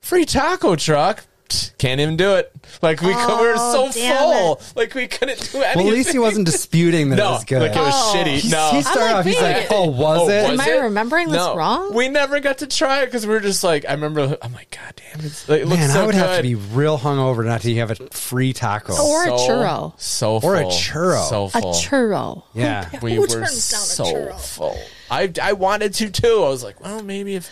Speaker 2: free taco truck. Pfft, Can't even do it. Like we, co- we were
Speaker 3: Oh,
Speaker 2: so
Speaker 3: damn
Speaker 2: full. Like we couldn't do anything.
Speaker 1: Well, at least he wasn't disputing that it
Speaker 2: no,
Speaker 1: was good.
Speaker 2: like it was
Speaker 3: Oh.
Speaker 2: shitty.
Speaker 1: He's-
Speaker 2: No,
Speaker 1: he started
Speaker 3: like,
Speaker 1: off. He's
Speaker 3: wait.
Speaker 1: like, "Oh, was
Speaker 2: Oh,
Speaker 1: it?"
Speaker 2: was
Speaker 3: Am I remembering this wrong?
Speaker 2: We never got to try it because we were just like, I remember. I'm like, God damn, it's like, it looks
Speaker 1: Man,
Speaker 2: so
Speaker 1: I would
Speaker 2: good.
Speaker 1: have to be real hungover not to have a free taco.
Speaker 3: Or a churro.
Speaker 2: so
Speaker 1: Or a
Speaker 2: full,
Speaker 1: churro.
Speaker 2: so
Speaker 3: A
Speaker 2: full.
Speaker 3: churro.
Speaker 1: Yeah.
Speaker 3: Who-
Speaker 2: We
Speaker 3: who
Speaker 2: were
Speaker 3: turns down a
Speaker 2: so
Speaker 3: churro?
Speaker 2: full. I I wanted to too. I was like, well, maybe if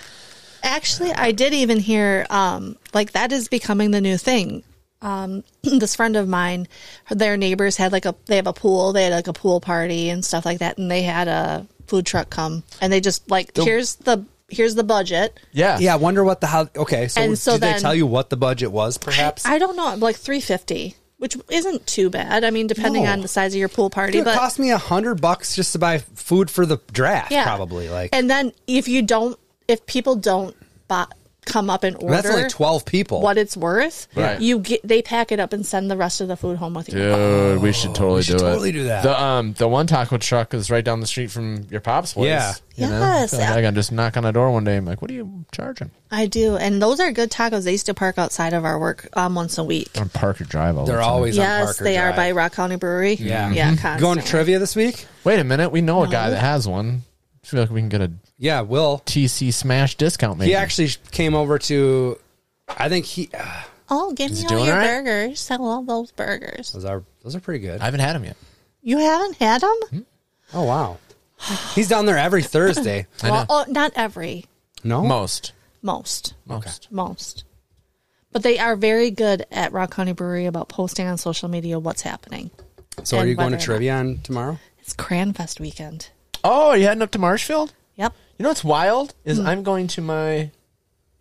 Speaker 3: Actually, I did even hear um, like that is becoming the new thing. Um, this friend of mine, their neighbors had like a they have a pool. They had like a pool party and stuff like that, and they had a food truck come and they just like here's the here's the budget.
Speaker 2: yeah
Speaker 1: Yeah, I wonder what the how. Okay, so
Speaker 3: And so
Speaker 1: did they
Speaker 3: then-
Speaker 1: tell you what the budget was? Perhaps
Speaker 3: I don't know, like three fifty, which isn't too bad. I mean, depending
Speaker 1: No.
Speaker 3: on the size of your pool party,
Speaker 1: Dude, it
Speaker 3: but
Speaker 1: cost me a hundred bucks just to buy food for the draft.
Speaker 3: yeah,
Speaker 1: Probably like
Speaker 3: And then if you don't, if people don't buy, come up and order,
Speaker 1: that's only twelve people.
Speaker 3: what it's worth,
Speaker 2: Right.
Speaker 3: you get they pack it up and send the rest of the food home with you.
Speaker 2: Dude, we should totally
Speaker 1: should
Speaker 2: do it.
Speaker 1: totally do that.
Speaker 2: The um the one taco truck is right down the street from your pop's place.
Speaker 1: Yeah.
Speaker 2: You know?
Speaker 3: Yes.
Speaker 2: I feel like I can just knock on a door one day. I'm like, what are you charging?
Speaker 3: I do, and those are good tacos. They used to park outside of our work um, once a week.
Speaker 2: On Parker Drive. All
Speaker 1: They're
Speaker 2: the time.
Speaker 1: always on
Speaker 3: Yes,
Speaker 1: Parker
Speaker 3: they are
Speaker 1: Drive.
Speaker 3: by Rock County Brewery.
Speaker 1: Yeah.
Speaker 3: yeah.
Speaker 1: You going to
Speaker 3: constantly.
Speaker 1: trivia this week?
Speaker 2: Wait a minute. We know a guy that has one. I feel like we can get a
Speaker 1: Yeah, Will.
Speaker 2: TC Smash discount. Maybe.
Speaker 1: He actually came over to. I think he. Uh,
Speaker 3: Oh, give
Speaker 2: it
Speaker 3: me
Speaker 2: doing
Speaker 3: all your
Speaker 2: all right?
Speaker 3: burgers. I love those burgers.
Speaker 1: those are those are pretty good.
Speaker 2: I haven't had him yet.
Speaker 3: You haven't had them?
Speaker 1: oh wow, he's down there every Thursday.
Speaker 3: Well, oh, not every,
Speaker 1: No,
Speaker 2: Most.
Speaker 3: most,
Speaker 2: Most.
Speaker 3: most. But they are very good at Rock County Brewery about posting on social media what's happening.
Speaker 1: so are
Speaker 3: and
Speaker 1: you going to
Speaker 3: whether or
Speaker 1: trivia on tomorrow?
Speaker 3: It's Cranfest weekend.
Speaker 2: Oh, are you heading up to Marshfield?
Speaker 3: Yep.
Speaker 2: You know what's wild
Speaker 3: Hmm.
Speaker 2: is I'm going to my.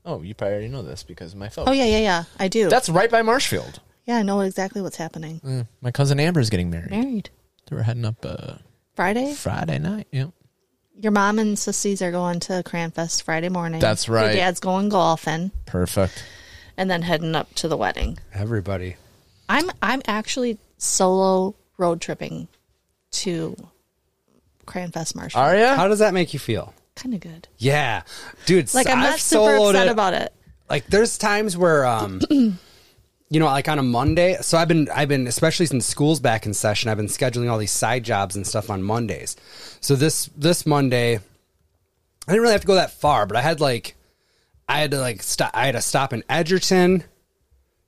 Speaker 2: Oh, you probably already know this because of my phone.
Speaker 3: Oh yeah, yeah, yeah. I do.
Speaker 2: That's right by Marshfield.
Speaker 3: yeah, I know exactly what's happening.
Speaker 1: Mm.
Speaker 2: Mm, My cousin Amber's getting married.
Speaker 3: Married
Speaker 2: They were heading up uh,
Speaker 3: Friday.
Speaker 2: Friday night. Yeah.
Speaker 3: Your mom and sissies are going to Cranfest Friday morning.
Speaker 2: That's right.
Speaker 3: Your dad's going golfing
Speaker 2: Perfect.
Speaker 3: and then heading up to the wedding.
Speaker 1: Everybody.
Speaker 3: I'm I'm actually solo road tripping to Cranfest Marshall.
Speaker 2: Are ya?
Speaker 1: How does that make you feel?
Speaker 3: Kind of good.
Speaker 1: Yeah, dude.
Speaker 3: Like I'm
Speaker 1: I've
Speaker 3: not super
Speaker 1: soloed
Speaker 3: upset
Speaker 1: it.
Speaker 3: about it.
Speaker 1: like there's times where um you know like on a monday so i've been i've been especially since school's back in session i've been scheduling all these side jobs and stuff on mondays so this this monday i didn't really have to go that far but i had like i had to like stop i had to stop in edgerton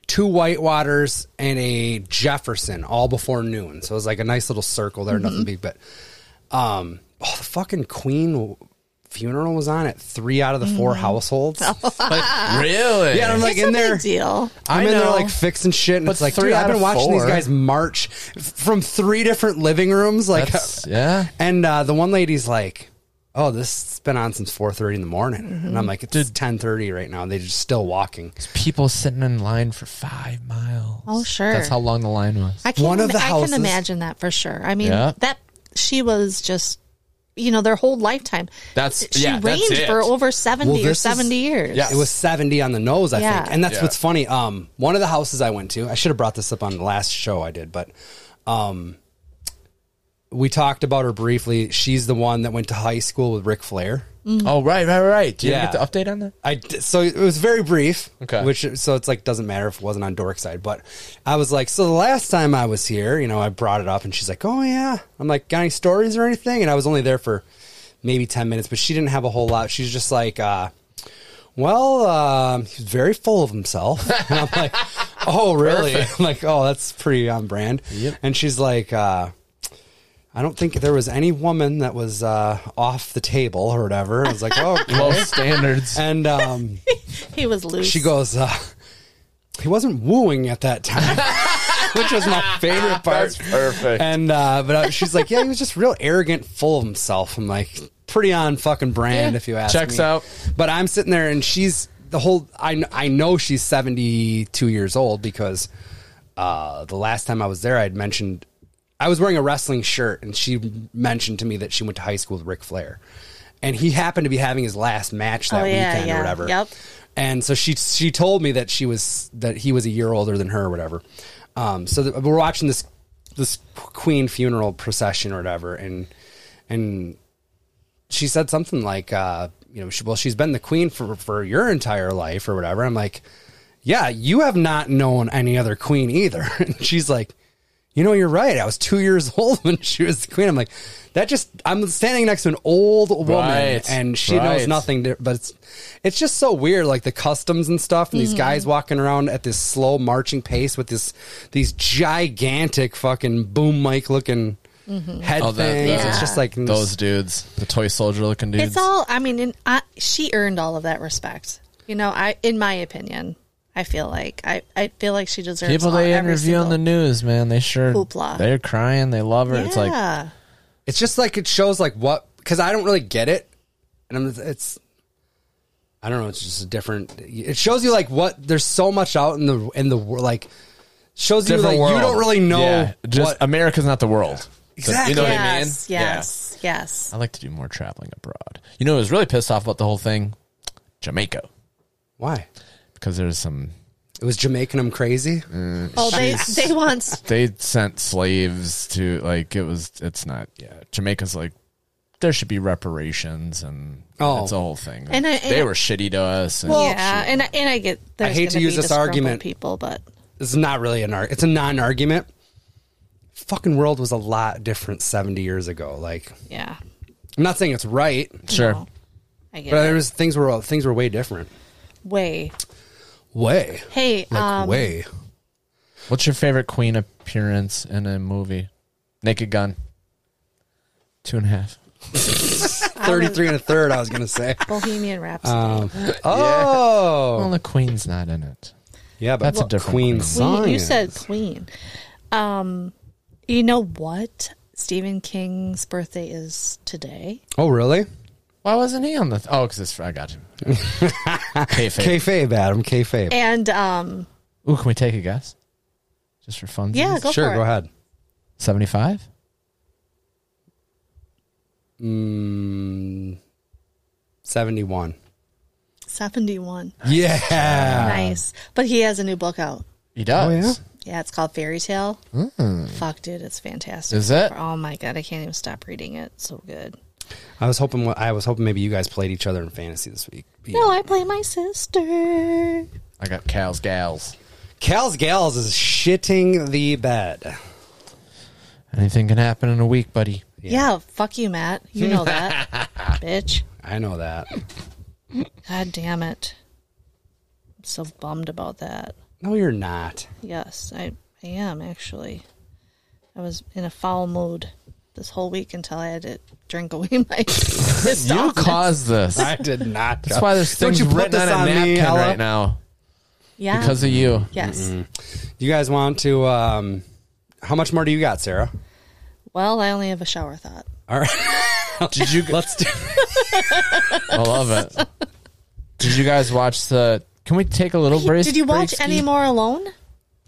Speaker 1: two whitewaters and a jefferson all before noon so it was like a nice little circle there nothing big but um oh the fucking queen funeral was on at three out of the four households
Speaker 2: really?
Speaker 1: yeah, I'm like
Speaker 3: it's a
Speaker 1: in there.
Speaker 3: Big deal.
Speaker 1: I'm
Speaker 2: I
Speaker 1: in there
Speaker 2: know.
Speaker 1: like fixing shit, and
Speaker 2: But
Speaker 1: it's like,
Speaker 2: three
Speaker 1: dude, I've
Speaker 2: out
Speaker 1: been
Speaker 2: of
Speaker 1: watching these
Speaker 2: four.
Speaker 1: guys march f- from three different living rooms. Like,
Speaker 2: That's- yeah.
Speaker 1: and uh, the one lady's like, "Oh, this has been on since 4:30 in the morning," and I'm like, "It's 10:30 right now, and they're just still walking."
Speaker 2: People sitting in line for five miles.
Speaker 3: Oh, sure.
Speaker 2: That's how long the line was.
Speaker 3: I can
Speaker 1: One of the
Speaker 3: I
Speaker 1: houses-
Speaker 3: can imagine that for sure. I mean
Speaker 2: Yeah.
Speaker 3: that she was just you know, their whole lifetime.
Speaker 2: That's-
Speaker 3: she
Speaker 2: yeah, that's
Speaker 3: reigned
Speaker 2: it.
Speaker 3: for over seventy
Speaker 1: Well,
Speaker 3: or
Speaker 1: this is-
Speaker 3: seventy years.
Speaker 2: Yeah.
Speaker 1: It was 70 on the nose, I
Speaker 3: Yeah.
Speaker 1: think, and that's
Speaker 2: Yeah.
Speaker 1: what's funny. Um, one of the houses I went to, I should have brought this up on the last show I did, but um, we talked about her briefly. She's the one that went to high school with Ric Flair.
Speaker 2: Oh, right, right, right. Do you
Speaker 1: Yeah.
Speaker 2: ever get the update on that?
Speaker 1: I d- so it was very brief.
Speaker 2: Okay.
Speaker 1: Which so it's like doesn't matter if it wasn't on Dork side, but I was like, so the last time I was here, you know, I brought it up, and she's like, oh yeah. I'm like, got any stories or anything? And I was only there for maybe ten minutes, but she didn't have a whole lot. She's just like, uh, well, um, he's very full of himself. And I'm like, oh really? I'm like, oh, that's pretty on brand.
Speaker 2: Yep.
Speaker 1: And she's like, uh. I don't think there was any woman that was uh, off the table or whatever. I was like, oh, okay.
Speaker 2: Low standards.
Speaker 1: and um,
Speaker 3: He was loose.
Speaker 1: she goes, uh, he wasn't wooing at that time, which was my favorite part.
Speaker 2: perfect.
Speaker 1: And uh, but uh, she's like, yeah, he was just real arrogant, full of himself. I'm like, pretty on fucking brand,
Speaker 2: Yeah.
Speaker 1: if you ask
Speaker 2: Checks
Speaker 1: me.
Speaker 2: out.
Speaker 1: But I'm sitting there, and she's the whole. I kn- I know she's 72 years old because uh, the last time I was there, I'd mentioned I was wearing a wrestling shirt, and she mentioned to me that she went to high school with Ric Flair, and he happened to be having his last match that
Speaker 3: Oh, yeah,
Speaker 1: weekend
Speaker 3: yeah.
Speaker 1: or whatever.
Speaker 3: Yep.
Speaker 1: And so she she told me that she was that he was a year older than her or whatever. Um, so that we're watching this this queen funeral procession or whatever, and and she said something like, uh, you know, she, well, she's been the queen for, for your entire life or whatever. I'm like, yeah, you have not known any other queen either. And she's like, you know, you're right. I was two years old when she was the queen. I'm like, that just, I'm standing next to an old woman
Speaker 2: Right,
Speaker 1: and she knows
Speaker 2: right.
Speaker 1: nothing, to, but it's, it's just so weird. Like the customs and stuff and these guys walking around at this slow marching pace with this, these gigantic fucking boom mic looking head
Speaker 2: Oh, that-
Speaker 1: things. It's
Speaker 3: Yeah.
Speaker 1: just like
Speaker 2: Those dudes, the toy soldier looking dudes.
Speaker 3: It's all. I mean, in, I, she earned all of that respect. You know, I, in my opinion, I feel like I, I feel like she deserves
Speaker 2: People
Speaker 3: all,
Speaker 2: they
Speaker 3: every
Speaker 2: interview on the
Speaker 3: single-
Speaker 2: news, man, they sure
Speaker 3: Hoopla.
Speaker 2: they're crying, they love her.
Speaker 3: Yeah.
Speaker 2: It's like
Speaker 1: It's just like it shows like what because I don't really get it, and I'm it's I don't know. It's just a different. It shows you like what there's so much out in the in the wor- like shows
Speaker 2: different
Speaker 1: you like
Speaker 2: world.
Speaker 1: you don't really know
Speaker 2: Yeah, just
Speaker 1: what
Speaker 2: America's not the world. So,
Speaker 1: Exactly.
Speaker 2: you know what I mean?
Speaker 3: yes, yes, yes.
Speaker 2: Yeah. I like to do more traveling abroad. You know, I was really pissed off about the whole thing, Jamaica,
Speaker 1: why
Speaker 2: because there's some
Speaker 1: it was Jamaican. I'm crazy.
Speaker 2: Mm.
Speaker 3: Oh, they they want.
Speaker 2: they sent slaves to like it was. It's not. Yeah, Jamaica's like there should be reparations and
Speaker 1: Oh.
Speaker 2: it's a whole thing.
Speaker 3: And I-
Speaker 2: they
Speaker 3: and-
Speaker 2: were shitty to us. And,
Speaker 3: yeah, and I, and I get. there's
Speaker 1: hate to
Speaker 3: gonna
Speaker 1: use
Speaker 3: be
Speaker 1: this argument.
Speaker 3: disgruntled people, but
Speaker 1: It's not really an art. It's a non-argument. Fucking world was a lot different 70 years ago. Like
Speaker 3: yeah,
Speaker 1: I'm not saying it's right,
Speaker 2: sure.
Speaker 3: no, I get
Speaker 1: but
Speaker 3: it.
Speaker 1: there was things were things were way different.
Speaker 3: way.
Speaker 1: Way
Speaker 3: Hey,
Speaker 1: like
Speaker 3: um,
Speaker 1: way.
Speaker 2: What's your favorite Queen appearance in a movie? Naked Gun. Two and a half.
Speaker 1: 33 and a third. I was gonna say.
Speaker 3: Bohemian Rhapsody.
Speaker 1: Um, Oh.
Speaker 2: Well, the Queen's not in it.
Speaker 1: Yeah, but
Speaker 2: That's a different
Speaker 1: Queen
Speaker 2: queen.
Speaker 1: song.
Speaker 3: Queen, you said Queen. Um, you know what? Stephen King's birthday is today.
Speaker 1: Oh, really?
Speaker 2: Why wasn't he on the? Th- oh, because I got him. Kayfabe.
Speaker 1: Kayfabe, Adam. Kayfabe.
Speaker 3: And um,
Speaker 2: Ooh, can we take a guess? Just for fun.
Speaker 3: yeah, go
Speaker 1: sure,
Speaker 3: for
Speaker 1: go
Speaker 3: it.
Speaker 1: ahead.
Speaker 2: Seventy-five.
Speaker 1: Mm, 71.
Speaker 3: 71.
Speaker 2: Ah.
Speaker 1: Yeah.
Speaker 3: nice. But he has a new book out.
Speaker 2: He does.
Speaker 3: Yeah, it's called Fairy Tale. Fuck, dude, it's fantastic.
Speaker 2: Hmm. Is it?
Speaker 3: Oh my god, I can't even stop reading it. So good.
Speaker 1: I was hoping I was hoping maybe you guys played each other in fantasy this week. Yeah.
Speaker 3: No, I play my sister.
Speaker 2: I got cows, gals.
Speaker 1: Cal's Gals is shitting the bed.
Speaker 2: Anything can happen in a week, buddy.
Speaker 3: Yeah, fuck you, Matt. You know that, bitch.
Speaker 1: I know that.
Speaker 3: God damn it. I'm so bummed about that.
Speaker 1: No, you're not.
Speaker 3: Yes, I, I am actually. I was in a foul mood this whole week until I had to drink away my pissed
Speaker 2: You
Speaker 3: off.
Speaker 2: caused this.
Speaker 1: I did not.
Speaker 2: That's why there's
Speaker 1: Don't
Speaker 2: things
Speaker 1: you put
Speaker 2: written
Speaker 1: this
Speaker 2: on a
Speaker 1: on
Speaker 2: napkin
Speaker 1: me, Ella.
Speaker 2: right now
Speaker 3: Yeah.
Speaker 2: because of you.
Speaker 3: yes.
Speaker 1: You guys want to? Um, how much more do you got, Sarah?
Speaker 3: Well, I only have a shower thought.
Speaker 1: All right. Did you? Let's do.
Speaker 2: I love it. Did you guys watch the? Can we take a little break?
Speaker 3: Did you watch
Speaker 2: break-ski?
Speaker 3: any more alone?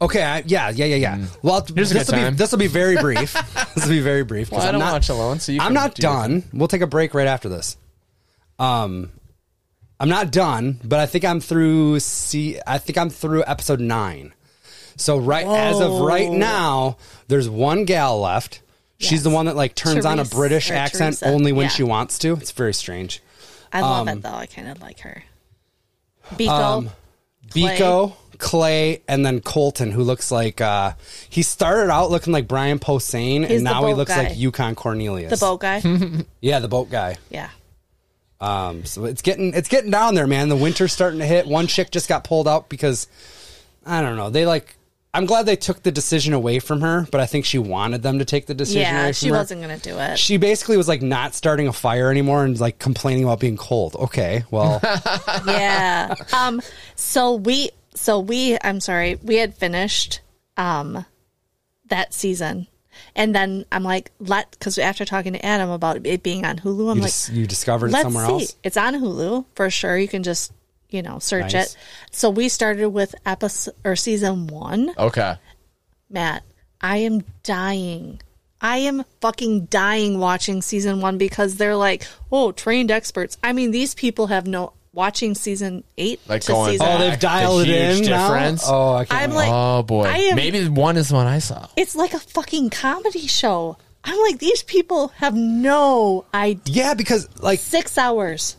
Speaker 1: Okay, I, yeah, yeah, yeah, yeah. Well,
Speaker 2: Mm. Here's a
Speaker 1: this
Speaker 2: good
Speaker 1: will be
Speaker 2: time.
Speaker 1: this will be very brief. this will be very brief. 'cause
Speaker 2: Well, I
Speaker 1: I'm
Speaker 2: don't
Speaker 1: not,
Speaker 2: watch alone, so you
Speaker 1: I'm
Speaker 2: can
Speaker 1: not
Speaker 2: do your
Speaker 1: done. We'll take a break right after this. Um, I'm not done, but I think I'm through. See, I think I'm through episode nine. So right as of right now, there's one gal left. She's
Speaker 3: Yes.
Speaker 1: the one that like turns on a
Speaker 3: Therese
Speaker 1: British
Speaker 3: or
Speaker 1: accent
Speaker 3: Teresa,
Speaker 1: only when
Speaker 3: yeah.
Speaker 1: she wants to. It's very strange.
Speaker 3: I
Speaker 1: Um,
Speaker 3: love it though. I kind of like her. Biko. Clay.
Speaker 1: Biko, Clay, and then Colton, who looks like uh, he started out looking like Brian Posehn,
Speaker 3: He's
Speaker 1: and
Speaker 3: the
Speaker 1: now he
Speaker 3: boat
Speaker 1: looks
Speaker 3: guy.
Speaker 1: like Yukon Cornelius.
Speaker 3: the bow guy.
Speaker 1: yeah, the boat guy.
Speaker 3: yeah.
Speaker 1: Um, so it's getting it's getting down there, man. The winter's starting to hit. One chick just got pulled out because I don't know. They like. I'm glad they took the decision away from her, but I think she wanted them to take the decision away
Speaker 3: Yeah,
Speaker 1: from
Speaker 3: she
Speaker 1: her.
Speaker 3: wasn't going to do it.
Speaker 1: She basically was like not starting a fire anymore and like complaining about being cold. Okay, well,
Speaker 3: yeah. Um. So we. So we. I'm sorry. We had finished. Um, that season, and then I'm like, let because after talking to Adam about it being on Hulu, I'm
Speaker 1: you,
Speaker 3: like,
Speaker 1: dis- you discovered it
Speaker 3: let's
Speaker 1: somewhere
Speaker 3: see.
Speaker 1: else.
Speaker 3: It's on Hulu for sure. You can just you know search
Speaker 1: Nice.
Speaker 3: it. So we started with episode or season one.
Speaker 2: Okay.
Speaker 3: Matt, I am dying I am fucking dying watching season one because they're like, oh, trained experts. I mean, these people have no watching season eight.
Speaker 2: Like
Speaker 3: to
Speaker 2: going
Speaker 3: season
Speaker 1: Oh,
Speaker 2: back.
Speaker 1: they've dialed it
Speaker 2: The
Speaker 1: in
Speaker 2: huge
Speaker 1: now?
Speaker 2: difference.
Speaker 1: Oh, I can't.
Speaker 3: I'm
Speaker 1: wait.
Speaker 3: like,
Speaker 2: oh boy,
Speaker 3: I am-
Speaker 2: maybe one is the one I saw.
Speaker 3: it's like a fucking comedy show. I'm like, these people have no idea.
Speaker 1: yeah, because like
Speaker 3: Six hours.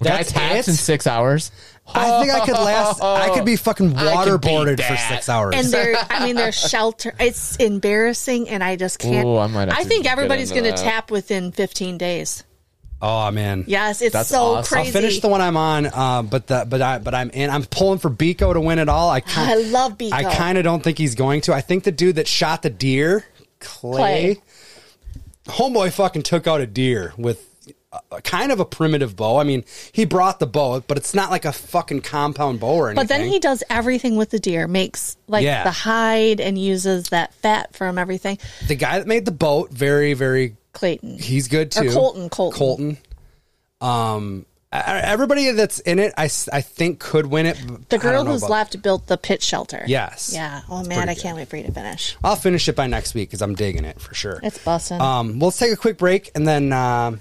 Speaker 1: That's
Speaker 2: Guys hacked
Speaker 1: it?
Speaker 2: in six hours.
Speaker 1: I think I could last. I could be fucking
Speaker 2: I could beat
Speaker 1: waterboarded for
Speaker 2: that.
Speaker 1: six hours.
Speaker 3: and they're I mean they're shelter. It's embarrassing, and I just can't.
Speaker 2: Ooh, I might have to
Speaker 3: think
Speaker 2: get
Speaker 3: everybody's
Speaker 2: into
Speaker 3: going to
Speaker 2: that.
Speaker 3: tap within 15 days.
Speaker 1: oh man,
Speaker 3: Yes, it's
Speaker 2: That's
Speaker 3: so
Speaker 2: awesome.
Speaker 3: crazy.
Speaker 1: I'll finish the one I'm on, uh, but the, but I but I'm in. I'm pulling for Biko to win it all. I kind
Speaker 3: I love Biko.
Speaker 1: I kind of don't think he's going to. I think the dude that shot the deer, Clay,
Speaker 3: Clay.
Speaker 1: homeboy, fucking took out a deer with. A, a kind of a primitive bow. I mean, he brought the bow, but it's not like a fucking compound bow or anything.
Speaker 3: But then he does everything with the deer, makes like
Speaker 1: Yeah.
Speaker 3: the hide and uses that fat from everything.
Speaker 1: the guy that made the boat, very very
Speaker 3: Clayton.
Speaker 1: He's good
Speaker 3: Or
Speaker 1: too.
Speaker 3: Colton, Colton.
Speaker 1: Colton. Um, e- everybody that's in it, I, s- I think could win it. but
Speaker 3: the
Speaker 1: I don't
Speaker 3: girl
Speaker 1: know
Speaker 3: who's
Speaker 1: about-
Speaker 3: left built the pit shelter.
Speaker 1: Yes.
Speaker 3: Yeah. Oh man, I can't wait for you to finish.
Speaker 1: I'll finish it by next week because I'm digging it for sure.
Speaker 3: It's bussin'.
Speaker 1: Um, we'll take a quick break and then um,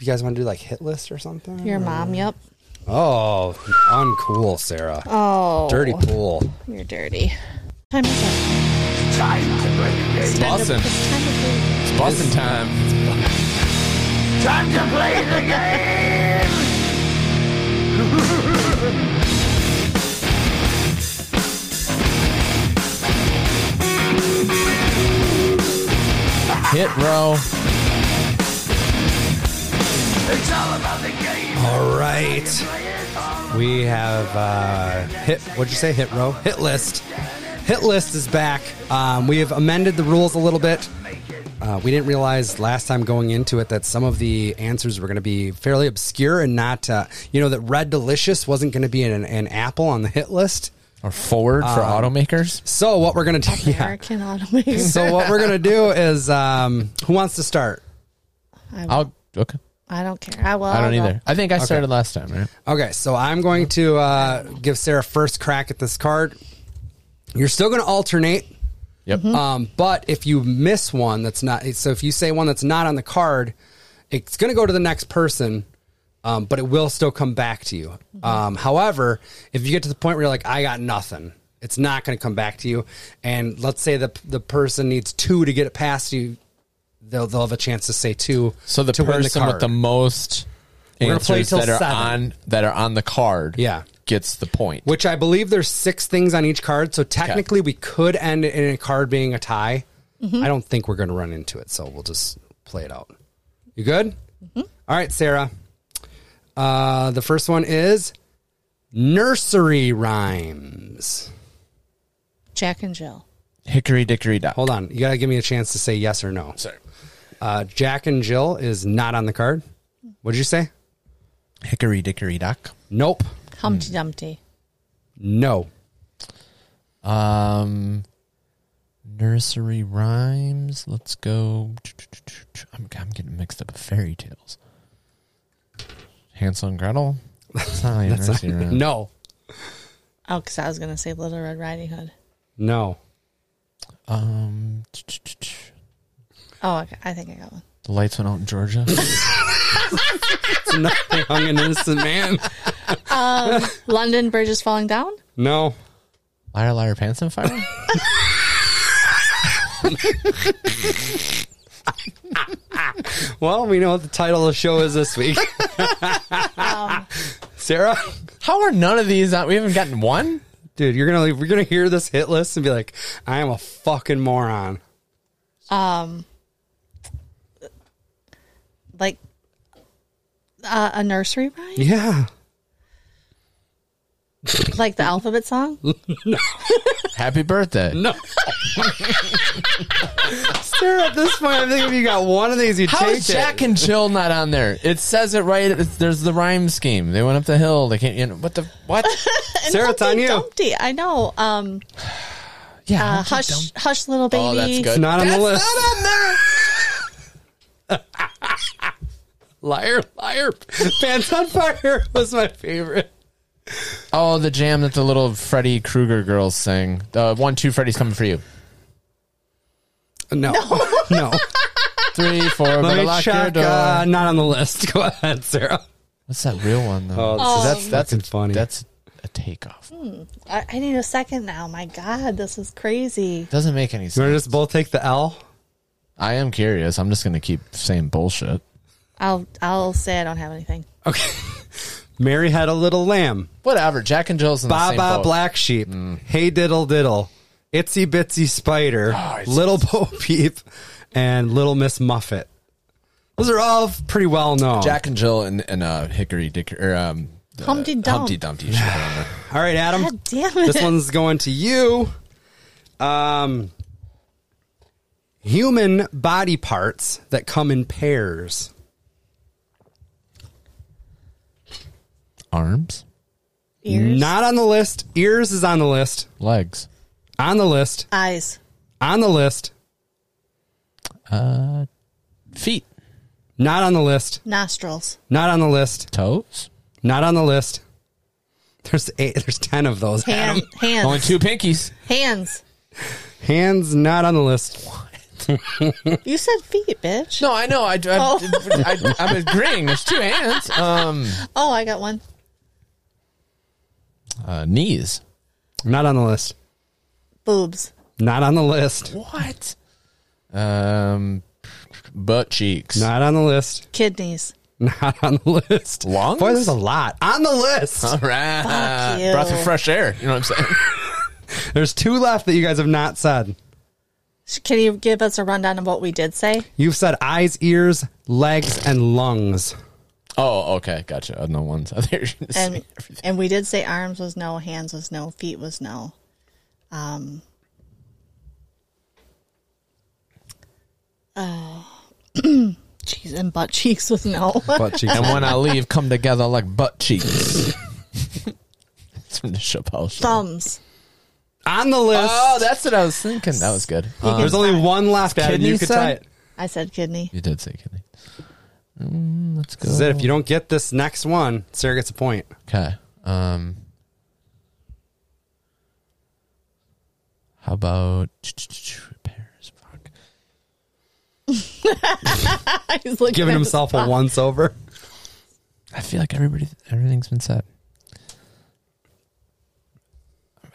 Speaker 1: you guys want to do like hit list or something?
Speaker 3: Your mom, yep.
Speaker 1: Oh, uncool, Sarah.
Speaker 3: Oh.
Speaker 1: Dirty pool.
Speaker 3: You're dirty. Time is up.
Speaker 4: Time to play the game.
Speaker 3: Time to-
Speaker 2: Bussin'.
Speaker 3: it's time to leave.
Speaker 2: It's busting time.
Speaker 4: Time to play the game.
Speaker 2: Hit row.
Speaker 4: It's all about the game.
Speaker 1: All right.
Speaker 4: Play it all.
Speaker 1: We have uh, hit. What'd you say? Hit row. Hit list. Hit list is back. Um, we have amended the rules a little bit. Uh, we didn't realize last time going into it that some of the answers were going to be fairly obscure and not. Uh, you know that red delicious wasn't going to be an, an apple on the hit list.
Speaker 2: Or forward for automakers.
Speaker 1: So what we're going to do? Yeah.
Speaker 3: American automaker.
Speaker 1: So what we're going to do is, um, who wants to start?
Speaker 2: I'll okay.
Speaker 3: I don't care. I will.
Speaker 2: I don't
Speaker 3: I'll go.
Speaker 2: either. I think I started last time, right?
Speaker 1: Okay, so I'm going to uh, give Sarah first crack at this card. You're still going to alternate.
Speaker 2: Yep.
Speaker 1: Um, but if you miss one that's not, so if you say one that's not on the card, it's going to go to the next person, um, but it will still come back to you. Um, however, if you get to the point where you're like, I got nothing, it's not going to come back to you. And let's say the the person needs two to get it past you, they'll they'll have a chance to say two.
Speaker 2: So the
Speaker 1: to win
Speaker 2: person with
Speaker 1: card.
Speaker 2: the most
Speaker 1: gonna play
Speaker 2: answers
Speaker 1: till
Speaker 2: that are
Speaker 1: seven.
Speaker 2: on that are on the card,
Speaker 1: Yeah.
Speaker 2: gets the point.
Speaker 1: which I believe there's six things on each card. So technically, we could end it in a card being a tie. I don't think we're going to run into it, so we'll just play it out. You good? All right, Sarah. Uh, the first one is nursery rhymes.
Speaker 3: Jack and Jill.
Speaker 2: Hickory dickory dock.
Speaker 1: Hold on, you got to give me a chance to say yes or no.
Speaker 2: Sorry.
Speaker 1: Uh, Jack and Jill is not on the card. What did you say?
Speaker 2: Hickory dickory dock.
Speaker 1: Nope.
Speaker 3: Humpty
Speaker 1: Hmm.
Speaker 3: Dumpty.
Speaker 1: No.
Speaker 2: Um, nursery rhymes. Let's go. I'm, I'm getting mixed up with fairy tales. Hansel and Gretel. That's not really a nursery rhyme.
Speaker 1: No.
Speaker 3: Oh, because I was going to say Little Red Riding Hood.
Speaker 1: No.
Speaker 2: Um,
Speaker 3: Oh, okay. I think I got one.
Speaker 2: the lights went out in Georgia.
Speaker 1: It's nothing young and innocent man.
Speaker 3: London Bridge is falling down.
Speaker 1: No.
Speaker 2: liar, liar, pants on fire.
Speaker 1: Well, we know what the title of the show is this week.
Speaker 2: Um,
Speaker 1: Sarah,
Speaker 2: How are none of these on? We haven't gotten one.
Speaker 1: dude, you're gonna we're gonna hear this hit list and be like, I am a fucking moron.
Speaker 3: Like uh, a nursery rhyme?
Speaker 1: Yeah,
Speaker 3: Like the alphabet song?
Speaker 2: Happy birthday.
Speaker 1: Mm, Sarah. At this point, I think if you got one of these, you
Speaker 2: How
Speaker 1: take
Speaker 2: is
Speaker 1: it.
Speaker 2: Jack and Jill not on there? It says it right. It's, there's the rhyme scheme. They went up the hill. They can't. You know, what the what?
Speaker 1: Sarah, it's on
Speaker 3: Humpty
Speaker 1: you.
Speaker 3: Dumpty. I know. Um,
Speaker 2: Yeah.
Speaker 3: uh, hush,
Speaker 2: Humpty Dumpty.
Speaker 3: hush, little baby.
Speaker 2: Oh, that's good.
Speaker 1: It's not on the list.
Speaker 2: Not on there.
Speaker 1: Liar, liar. Pants on fire was my favorite.
Speaker 2: Oh, the jam that the little Freddy Uh, Krueger girls sing. The one, two, Freddy's coming for you.
Speaker 1: No, No.
Speaker 2: Three, four, better
Speaker 1: Lemon
Speaker 2: lock your
Speaker 1: shock,
Speaker 2: door.
Speaker 1: uh, not on the list. Go ahead, Sarah.
Speaker 2: What's that real one though?
Speaker 1: Oh,
Speaker 3: this
Speaker 2: that's that's
Speaker 3: is
Speaker 2: a,
Speaker 1: fucking funny.
Speaker 2: That's a takeoff.
Speaker 3: I, I need a second now. My God, this is crazy.
Speaker 2: Doesn't make any
Speaker 1: You want to
Speaker 2: sense.
Speaker 1: just both take the L?
Speaker 2: I am curious. I'm just gonna keep saying bullshit.
Speaker 3: I'll I'll say I don't have anything.
Speaker 1: Okay. Mary had a little lamb.
Speaker 2: Whatever. Jack and Jill's in the
Speaker 1: Ba
Speaker 2: same
Speaker 1: ba
Speaker 2: boat.
Speaker 1: black sheep. Hey diddle diddle. Itsy bitsy spider. little Bo Peep. And little Miss Muffet. Those are all pretty well known.
Speaker 2: Jack and Jill and, and uh, Hickory Dickory or um, the
Speaker 3: Humpty Dump.
Speaker 2: Humpty Dumpty. shit, whatever.
Speaker 1: All right, Adam.
Speaker 3: God damn it.
Speaker 1: This one's going to you. Um, human body parts that come in pairs.
Speaker 2: Arms,
Speaker 3: Ears,
Speaker 1: Not on the list. Ears is on the list.
Speaker 2: legs,
Speaker 1: On the list.
Speaker 3: eyes,
Speaker 1: On the list.
Speaker 2: feet,
Speaker 1: Not on the list.
Speaker 3: nostrils.
Speaker 1: Not on the list.
Speaker 2: toes.
Speaker 1: Not on the list. There's eight. There's ten of those.
Speaker 3: Hand,
Speaker 1: Adam.
Speaker 3: hands.
Speaker 2: Only two pinkies.
Speaker 3: Hands.
Speaker 1: Hands not on the list.
Speaker 3: You said feet, bitch.
Speaker 2: No, I know. I, I, I, am agreeing. There's two hands. Um,
Speaker 3: Oh, I got one.
Speaker 2: uh, knees.
Speaker 1: Not on the list.
Speaker 3: Boobs.
Speaker 1: Not on the list.
Speaker 2: What? Um, butt cheeks.
Speaker 1: Not on the list.
Speaker 3: Kidneys.
Speaker 1: Not on the list.
Speaker 2: Lungs?
Speaker 1: Boy, there's a lot on the list.
Speaker 2: All right.
Speaker 3: Fuck you.
Speaker 2: Breath of fresh air. You know what I'm saying?
Speaker 1: There's two left that you guys have not said.
Speaker 3: Sh- Can you give us a rundown of what we did say?
Speaker 1: You've said eyes, ears, legs, and lungs.
Speaker 2: oh, okay. Gotcha. I know one's. I think you're gonna say
Speaker 3: And and we did say arms was no, hands was no, feet was no. Um. Uh, jeez, and butt uh, cheeks was no.
Speaker 1: Butt cheeks.
Speaker 2: and when I leave, come together like butt cheeks. it's from the Chappelle show.
Speaker 3: Thumbs.
Speaker 1: on the list.
Speaker 2: Oh, that's what I was thinking. That was good. Um,
Speaker 1: Uh, there's only one left, Adam. You
Speaker 2: Kidney
Speaker 1: could
Speaker 2: said?
Speaker 1: tie it.
Speaker 3: I said kidney.
Speaker 2: you did say kidney. Mm, let's go.
Speaker 1: This is it. If you don't get this next one, Sarah gets a point.
Speaker 2: okay. Um, how about repairs? Fuck.
Speaker 3: He's looking
Speaker 1: Giving
Speaker 3: at
Speaker 1: himself a once over.
Speaker 2: I feel like everybody, everything's been said.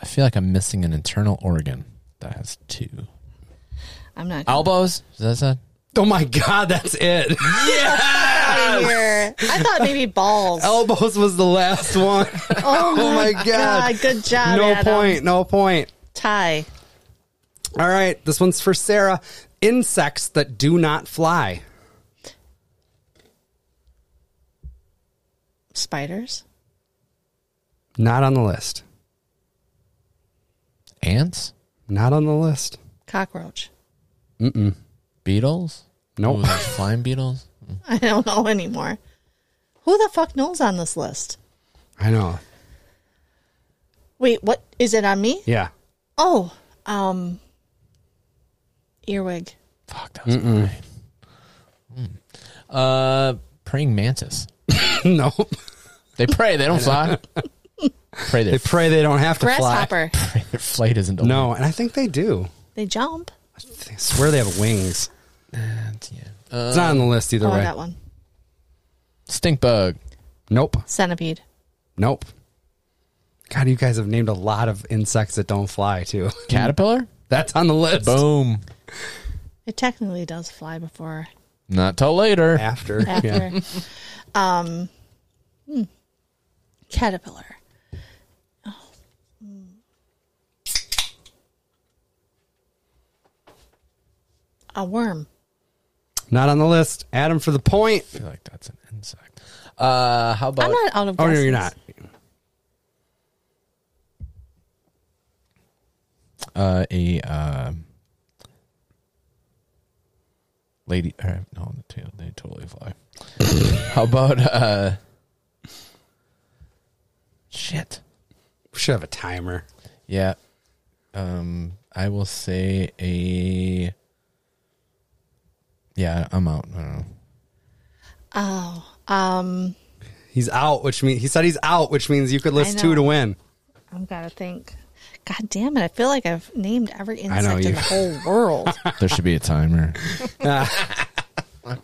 Speaker 2: I feel like I'm missing an internal organ that has two
Speaker 3: his- I'm not.
Speaker 2: elbows. Is that said?
Speaker 1: Oh my God, that's it.
Speaker 3: Outta here. I thought maybe balls.
Speaker 1: Elbows was the last one.
Speaker 3: Oh
Speaker 1: my God.
Speaker 3: Good job.
Speaker 1: no
Speaker 3: Adam.
Speaker 1: point. No point.
Speaker 3: Tie.
Speaker 1: All right. This one's for Sarah. Insects that do not fly.
Speaker 3: Spiders.
Speaker 1: Not on the list.
Speaker 2: Ants,
Speaker 1: Not on the list.
Speaker 3: Cockroach.
Speaker 2: beetles.
Speaker 1: Nope.
Speaker 2: Ooh, there's flying beetles.
Speaker 3: I don't know anymore. Who the fuck knows on this list?
Speaker 1: I know.
Speaker 3: Wait, what is it on me?
Speaker 1: Yeah.
Speaker 3: Oh, um, earwig.
Speaker 2: Fuck, that was mine. Mm. Uh, praying mantis.
Speaker 1: nope.
Speaker 2: They pray. They don't fly. pray
Speaker 1: They
Speaker 2: their,
Speaker 1: pray they don't have to fly.
Speaker 3: Grasshopper.
Speaker 2: pray their flight isn't over.
Speaker 1: No, and I think they do.
Speaker 3: They jump.
Speaker 1: I swear they have wings.
Speaker 2: That's- yeah. Uh,
Speaker 1: It's not on the list either
Speaker 3: Oh,
Speaker 1: way.
Speaker 3: that one.
Speaker 2: stink bug.
Speaker 1: Nope.
Speaker 3: Centipede.
Speaker 1: Nope. God, you guys have named a lot of insects that don't fly too.
Speaker 2: Caterpillar.
Speaker 1: That's on the list.
Speaker 2: Boom.
Speaker 3: It technically does fly before
Speaker 2: Not till later.
Speaker 1: After.
Speaker 3: after.
Speaker 1: Yeah.
Speaker 3: um, hmm. caterpillar. Oh. A worm.
Speaker 1: Not on the list. Adam for the point.
Speaker 2: I feel like that's an insect. Uh, how about
Speaker 3: I'm not out of.
Speaker 1: Oh, no,
Speaker 3: guesses.
Speaker 1: you're not.
Speaker 2: uh, a uh, lady? Or, no, they they totally fly. how about uh, shit?
Speaker 1: We should have a timer.
Speaker 2: Yeah. Um, I will say a. Yeah, I'm out. I don't know.
Speaker 3: Oh, um,
Speaker 1: He's out, which means he said he's out, which means you could list
Speaker 3: I
Speaker 1: two
Speaker 3: know.
Speaker 1: to win.
Speaker 3: I've got to think. God damn it! I feel like I've named every insect
Speaker 1: know, you-
Speaker 3: in the whole world.
Speaker 2: There should be a timer.
Speaker 1: I'm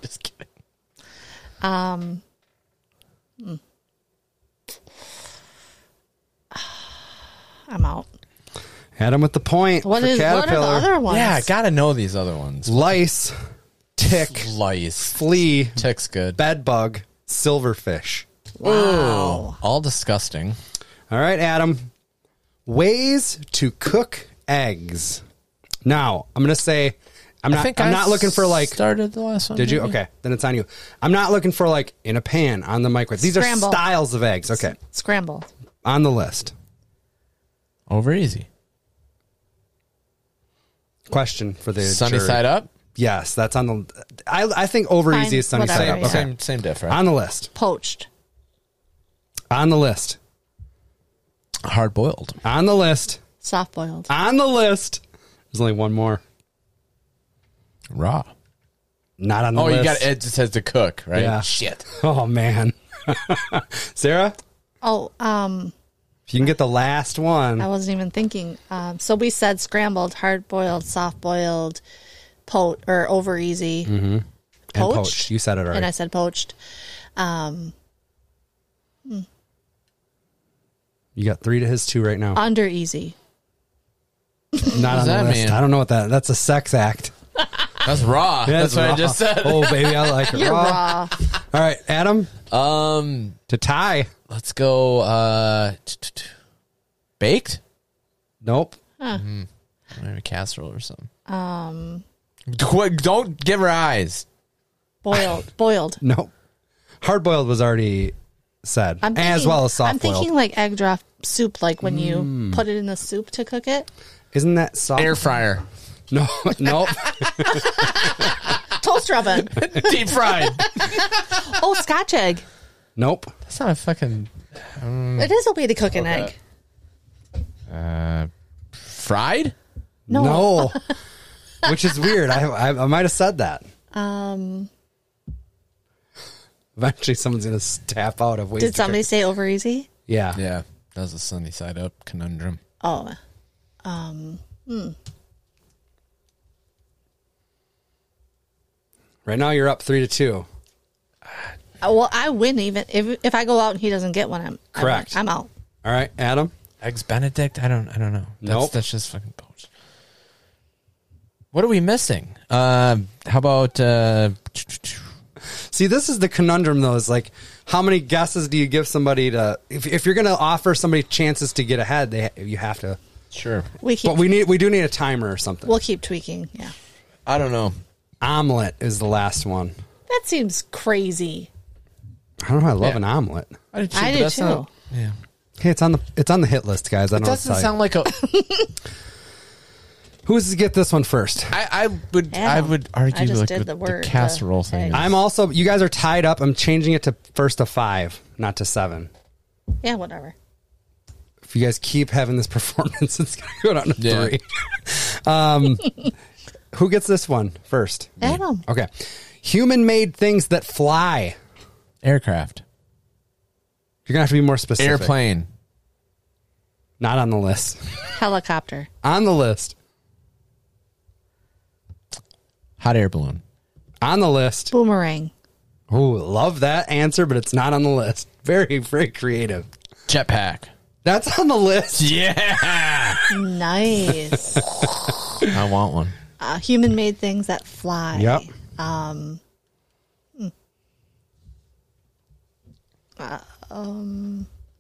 Speaker 1: just kidding.
Speaker 3: I'm out.
Speaker 1: Had him with the point.
Speaker 3: What
Speaker 1: for
Speaker 3: is what are the
Speaker 1: caterpillar.
Speaker 3: other ones?
Speaker 2: yeah, gotta know these other ones.
Speaker 1: Lice, tick,
Speaker 2: Lice.
Speaker 1: flea,
Speaker 2: Tick's good.
Speaker 1: bed bug, silverfish.
Speaker 3: wow.
Speaker 2: All disgusting.
Speaker 1: All right, Adam. Ways to cook eggs. Now, I'm gonna say I'm not I'm
Speaker 2: I
Speaker 1: not looking for like
Speaker 2: started the last one.
Speaker 1: Did you?
Speaker 2: maybe.
Speaker 1: Okay, then it's on you. I'm not looking for like in a pan on the microwave. These
Speaker 3: Scramble.
Speaker 1: are styles of eggs. Okay,
Speaker 3: Scramble.
Speaker 1: on the list.
Speaker 2: Over easy.
Speaker 1: Question for the
Speaker 2: Sunny
Speaker 1: jury.
Speaker 2: side up.
Speaker 1: Yes, that's on the. I, I think over
Speaker 3: Fine,
Speaker 1: easy is sunny side
Speaker 3: whatever,
Speaker 1: up.
Speaker 3: yeah.
Speaker 1: Okay,
Speaker 2: Same same diff, right?
Speaker 1: on the list.
Speaker 3: Poached.
Speaker 1: On the list.
Speaker 2: Uh, Hard boiled.
Speaker 1: On the list.
Speaker 3: Soft boiled.
Speaker 1: On the list. There's only one more.
Speaker 2: Raw.
Speaker 1: Not on the
Speaker 2: Oh,
Speaker 1: list.
Speaker 2: you got it just says to cook, right?
Speaker 1: Yeah.
Speaker 2: Shit.
Speaker 1: Oh man, Sarah,
Speaker 3: Oh, um,
Speaker 1: if you can get the last
Speaker 3: I
Speaker 1: one.
Speaker 3: wasn't even thinking. Um, so we said scrambled, hard boiled, soft boiled, poached or over easy. Mm-hmm. Poached.
Speaker 1: And poached. You said it
Speaker 3: And I
Speaker 1: already.
Speaker 3: said poached. Um,
Speaker 1: You got three to his two right now.
Speaker 3: under easy.
Speaker 1: Not on
Speaker 2: does
Speaker 1: the
Speaker 2: that
Speaker 1: list.
Speaker 2: mean?
Speaker 1: I don't know what that. That's a sex act.
Speaker 2: That's raw. That's what I
Speaker 1: raw.
Speaker 2: just said.
Speaker 1: Oh baby, I like it
Speaker 3: You're
Speaker 1: raw.
Speaker 3: raw.
Speaker 1: All right, Adam,
Speaker 2: Um,
Speaker 1: to tie.
Speaker 2: let's go. Uh, t- t- t- baked.
Speaker 1: Nope.
Speaker 2: Maybe casserole or something. Um, Quick, don't give her eyes.
Speaker 3: Boiled. boiled.
Speaker 1: Nope. Hard boiled was already said,
Speaker 3: I'm
Speaker 1: as
Speaker 3: thinking-
Speaker 1: well as Mm. soft
Speaker 3: I'm
Speaker 1: boiled.
Speaker 3: thinking like egg drop soup, like when you put it in the soup to cook it.
Speaker 1: Isn't that soft?
Speaker 2: Air fryer,
Speaker 1: no, nope.
Speaker 3: Toaster oven.
Speaker 2: deep fried.
Speaker 3: oh, scotch egg.
Speaker 1: nope.
Speaker 2: That's not a fucking
Speaker 1: Mm.
Speaker 3: It is a way to cook an egg.
Speaker 2: uh, fried.
Speaker 1: No. Which is weird. I, I, I might have said that.
Speaker 3: Um,
Speaker 1: Eventually, someone's gonna tap out of ways.
Speaker 3: did
Speaker 1: to cook-
Speaker 3: somebody say over easy?
Speaker 1: Yeah.
Speaker 2: Yeah, that was a sunny side up conundrum.
Speaker 3: Oh,
Speaker 1: Right now, you're up three to two.
Speaker 3: Uh, well, I win even if if I go out and he doesn't get one. I'm I win.
Speaker 1: Correct.
Speaker 3: I'm, out.
Speaker 1: All right, Adam.
Speaker 2: Eggs Benedict. I don't. I don't know. That's,
Speaker 1: Nope.
Speaker 2: That's just fucking poached. What are we missing? Uh, how about uh,
Speaker 1: See, this is the conundrum, though. Is like, how many guesses do you give somebody to? If, if you're gonna offer somebody chances to get ahead, they you have to.
Speaker 2: sure?
Speaker 3: We keep
Speaker 1: But we need we do need a timer or something.
Speaker 3: we'll keep tweaking. Yeah,
Speaker 2: I don't know.
Speaker 1: omelet is the last one.
Speaker 3: that seems crazy.
Speaker 1: I don't know. I love
Speaker 2: Yeah.
Speaker 1: an omelet.
Speaker 2: I did
Speaker 3: I do too.
Speaker 2: yeah.
Speaker 1: Hey, it's on the it's on the hit list, guys. I don't know. what to tell you.
Speaker 2: Doesn't sound like a.
Speaker 1: Who's to get this one first?
Speaker 2: I, I would.
Speaker 3: Yeah.
Speaker 2: I would argue
Speaker 3: I just
Speaker 2: like
Speaker 3: did
Speaker 2: with
Speaker 3: the
Speaker 2: the,
Speaker 3: word, the
Speaker 2: casserole thing.
Speaker 3: egg.
Speaker 1: I'm also. You guys are tied up. I'm changing it to first to five, not to seven.
Speaker 3: Yeah, whatever.
Speaker 1: If you guys keep having this performance, it's gonna go down to
Speaker 2: Yeah.
Speaker 1: three. um, who gets this one first?
Speaker 3: Adam,
Speaker 1: Okay, human-made things that fly.
Speaker 2: Aircraft,
Speaker 1: You're gonna have to be more specific.
Speaker 2: airplane,
Speaker 1: Not on the list.
Speaker 3: helicopter,
Speaker 1: On the list.
Speaker 2: hot air balloon.
Speaker 1: On the list.
Speaker 3: boomerang,
Speaker 1: Ooh, love that answer, but it's not on the list. Very, very creative.
Speaker 2: Jetpack.
Speaker 1: That's on the list.
Speaker 2: Yeah.
Speaker 3: nice.
Speaker 2: I want one.
Speaker 3: uh, Human made things that fly.
Speaker 1: Yep.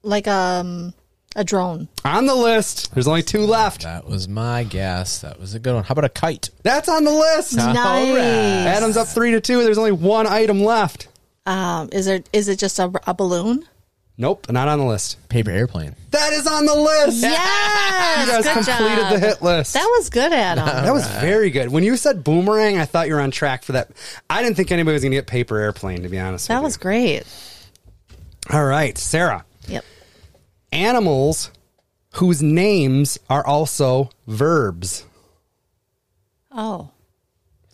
Speaker 3: like um a drone.
Speaker 1: On the list. There's only two left.
Speaker 2: That was my guess. That was a good one. How about a kite?
Speaker 1: That's on the list.
Speaker 3: Nice.
Speaker 1: Adam's up three to two. There's only one item left.
Speaker 3: Um, is there is it just a, a balloon?
Speaker 1: Nope, not on the list.
Speaker 2: Paper airplane.
Speaker 1: That is on the list.
Speaker 3: Yes,
Speaker 1: You guys
Speaker 3: good
Speaker 1: completed
Speaker 3: job.
Speaker 1: the hit list.
Speaker 3: That was good, Adam.
Speaker 1: That was very good. When you said boomerang, I thought you were on track for that. I didn't think anybody was going to get paper airplane, to be honest.
Speaker 3: that
Speaker 1: with
Speaker 3: was great.
Speaker 1: you. all right, Sarah.
Speaker 3: Yep.
Speaker 1: Animals whose names are also verbs.
Speaker 3: Oh,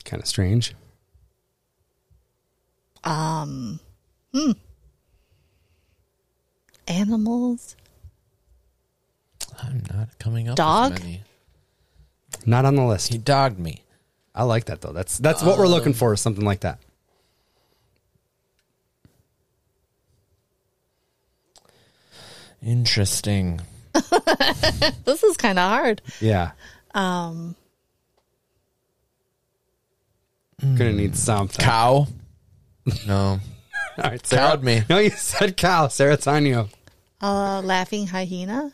Speaker 1: Kind of strange.
Speaker 3: animals.
Speaker 2: I'm not coming up.
Speaker 3: Dog?
Speaker 2: With many.
Speaker 1: Not on the list.
Speaker 2: He dogged me.
Speaker 1: I like that though. That's that's what we're looking for. is Something like that.
Speaker 2: Interesting.
Speaker 3: This is kind of hard.
Speaker 1: Yeah. Um. Gonna need something.
Speaker 2: Cow. No.
Speaker 1: All right, Sarah.
Speaker 2: Cowed me.
Speaker 1: No, you said cow. Sarah, it's on you.
Speaker 3: Uh, laughing hyena.